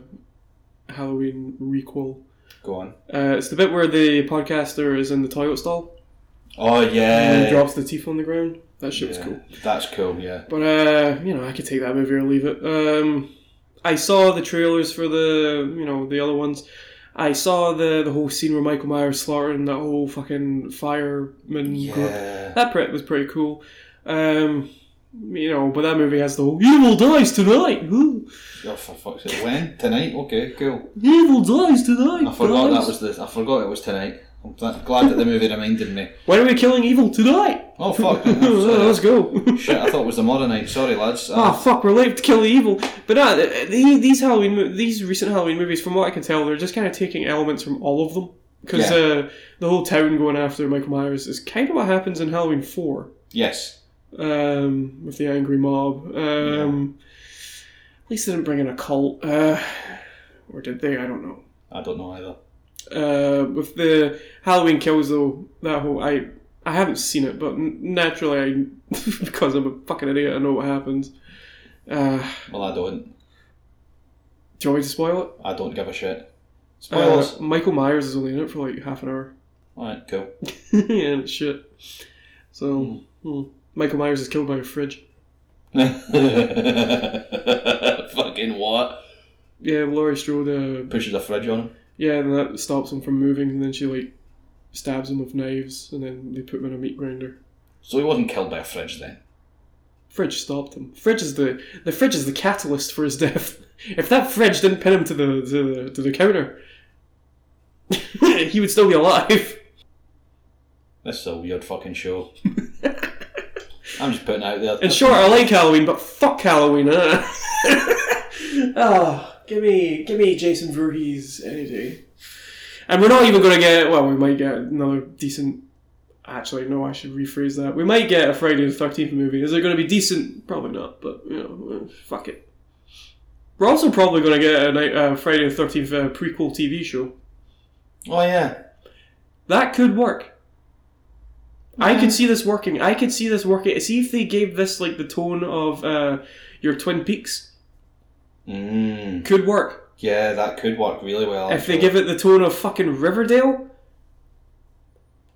Halloween requel. Go on. Uh, it's the bit where the podcaster is in the toilet stall Oh, and yeah. he drops the teeth on the ground. That shit was Yeah, cool. That's cool, yeah. But uh, you know, I could take that movie or leave it. Um, I saw the trailers for the you know the other ones. I saw the the whole scene where Michael Myers slaughtering that whole fucking fireman group. Yeah. That prep was pretty cool. Um, you know, but that movie has the whole evil dies tonight. Ooh. Oh, for fuck's sake. When? Tonight? Okay, cool. Evil dies tonight. *laughs* I forgot guys. that was the. I forgot it was tonight. I'm th- glad that the movie reminded me. When are we killing evil tonight? *laughs* Oh, fuck. I'm Let's sorry. go. *laughs* Shit, I thought it was tomorrow night. Sorry, lads. Ah, Uh, fuck, we're late to kill the evil. But nah, th- the- these Halloween, mo- these recent Halloween movies, from what I can tell, they're just kind of taking elements from all of them. Because Yeah. uh, the whole town going after Michael Myers is kind of what happens in Halloween 4 yes. um, with the angry mob. Um, At least they didn't bring in a cult. Uh, or did they? I don't know. I don't know either. uh, with the Halloween Kills though, that whole I I haven't seen it, but n- naturally I *laughs* because I'm a fucking idiot, I know what happens. Uh, Well, I don't. do you want me to spoil it? I don't give a shit. Uh, Spoilers. Michael Myers is only in it for like half an hour. *laughs* Alright, cool. *laughs* and it's shit. So hmm. Michael Myers is killed by a fridge. Fucking what? Yeah, Laurie Strode. Uh, Pushes a fridge on him. yeah, and that stops him from moving, and then she like stabs him with knives, and then they put him in a meat grinder. So he wasn't killed by a fridge then. Fridge stopped him. Fridge is the the fridge is the catalyst for his death. *laughs* If that fridge didn't pin him to the to, the- to the counter, *laughs* he would still be alive. This is a weird *laughs* fucking show. I'm just putting it out there. And sure, I like Halloween, but fuck Halloween. *laughs* Huh? oh, give me give me Jason Voorhees any day. And we're not even going to get. Well, we might get another decent. Actually, no. I should rephrase that. We might get a Friday the Thirteenth movie. Is it going to be decent? Probably not. But you know, eh, fuck it. We're also probably going to get a night, uh, Friday the Thirteenth uh, prequel TV show. Oh yeah. That could work. I could see this working. I could see this working. See if they gave this like the tone of uh, your Twin Peaks. Mm. Could work. Yeah, that could work really well. if they give it the tone of fucking Riverdale.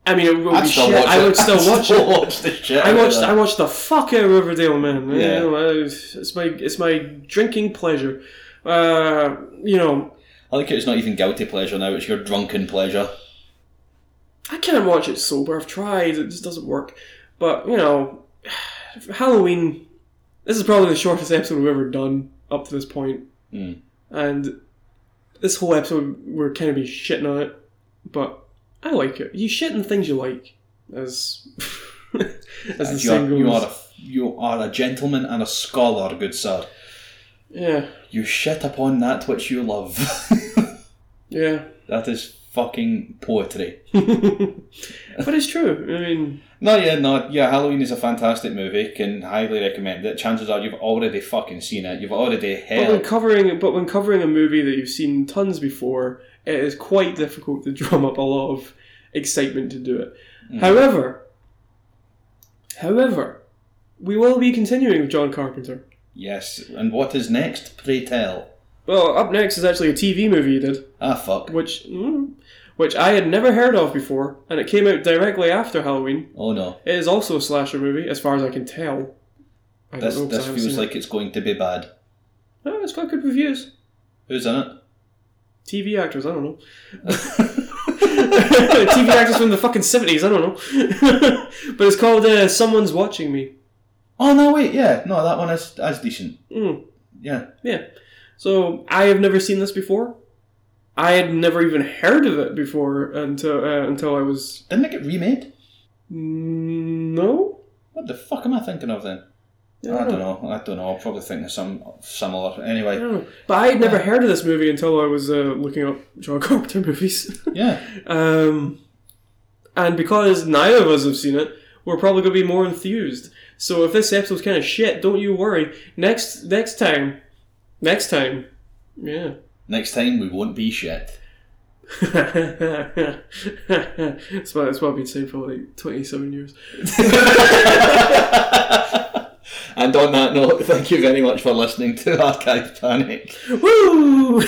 I mean, it would I'd be still shit. watch I it. would still *laughs* I'd watch still it. watch the shit. I out of watched. that. I watched the fuck out of Riverdale, man. You Yeah. know, I- it's my it's my drinking pleasure. Uh, you know, I like it. It's not even guilty pleasure now. It's your drunken pleasure. I can't watch it sober. I've tried. It just doesn't work. But you know, *sighs* Halloween. This is probably the shortest episode we've ever done up to this point. Mm. And this whole episode, we're kind of be shitting on it, but I like it. You shit in things you like, as *laughs* as the Uh, you, are, saying goes. you are a you are a gentleman and a scholar, good sir. Yeah, You shit upon that which you love. *laughs* yeah, *laughs* that is fucking poetry. but it's true. I mean, No, yeah, no, yeah. Halloween is a fantastic movie. Can highly recommend it. Chances are you've already fucking seen it. You've already but when heard. covering but when covering a movie that you've seen tons before, it is quite difficult to *laughs* drum up a lot of excitement to do it. Mm. However, however, we will be continuing with John Carpenter. Yes. And what is next? Pray tell. Well, up next is actually a TV movie he did. Ah, fuck. which mm, which I had never heard of before, and it came out directly after Halloween. Oh no. It is also a slasher movie, as far as I can tell. I don't This know, 'cause I this haven't feels seen it. like it's going to be bad. Oh, it's got good reviews. Who's *laughs* in it? TV actors, I don't know. *laughs* TV actors from the fucking seventies, I don't know. *laughs* but it's called uh, "Someone's Watching Me." *laughs* Oh no, wait, yeah, no, that one is is decent. Mm, Yeah, yeah. So I have never seen this before. I had never even heard of it before until uh, until I was mm, didn't it get remade? no. What the fuck am I thinking of then? I don't know. I don't know. I'll probably think of some similar. I Anyway, don't know. But I had never heard of this movie until I was uh, looking up John Carpenter *laughs* movies. yeah, um, and because neither of us have seen it, we're probably going to be more enthused. So if this episode's kind of shit, don't you worry. Next next time, next time, yeah. *laughs* next time we won't be shit. that's, what, that's what I've been saying for like 27 years. And on that note, thank you very much for listening to *laughs* Archive Panic. Woo! *laughs* we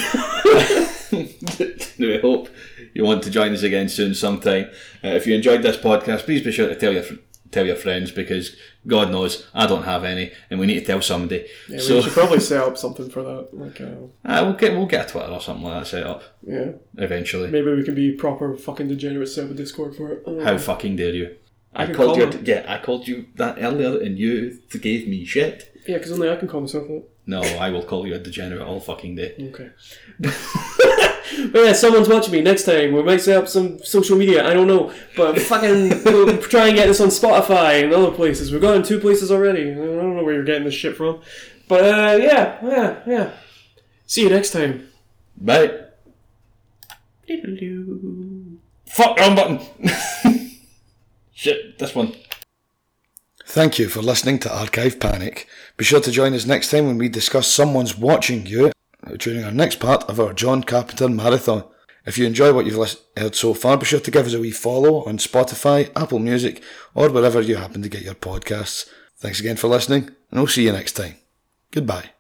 hope you want to join us again soon sometime. Uh, if you enjoyed this podcast, please be sure to tell your fr- tell your friends because God knows I don't have any, and we need to tell somebody. yeah, so we should probably set up something for that. Like, uh, uh, we'll get we'll get a Twitter or something like that set up yeah. eventually. Maybe we can be proper fucking degenerates set up a Discord for it. How fucking dare you? I, can called call you. Yeah, I called you that earlier, and you gave me shit. Yeah, because only I can call myself that. No, I will call you a degenerate all fucking day. Okay. *laughs* but yeah, someone's watching me next time. We might set up some social media. I don't know, but fucking we'll try and get this on Spotify and other places. We've gone two places already. I don't know where you're getting this shit from, but uh, yeah, yeah, yeah. See you next time. Right? Doodaloo. Fuck wrong button. *laughs* shit, this one. Thank you for listening to Archive Panic. Be sure to join us next time when we discuss someone's watching you during our next part of our John Carpenter marathon. If you enjoy what you've lis- heard so far, be sure to give us a wee follow on Spotify, Apple Music, or wherever you happen to get your podcasts. Thanks again for listening, and we'll see you next time. Goodbye.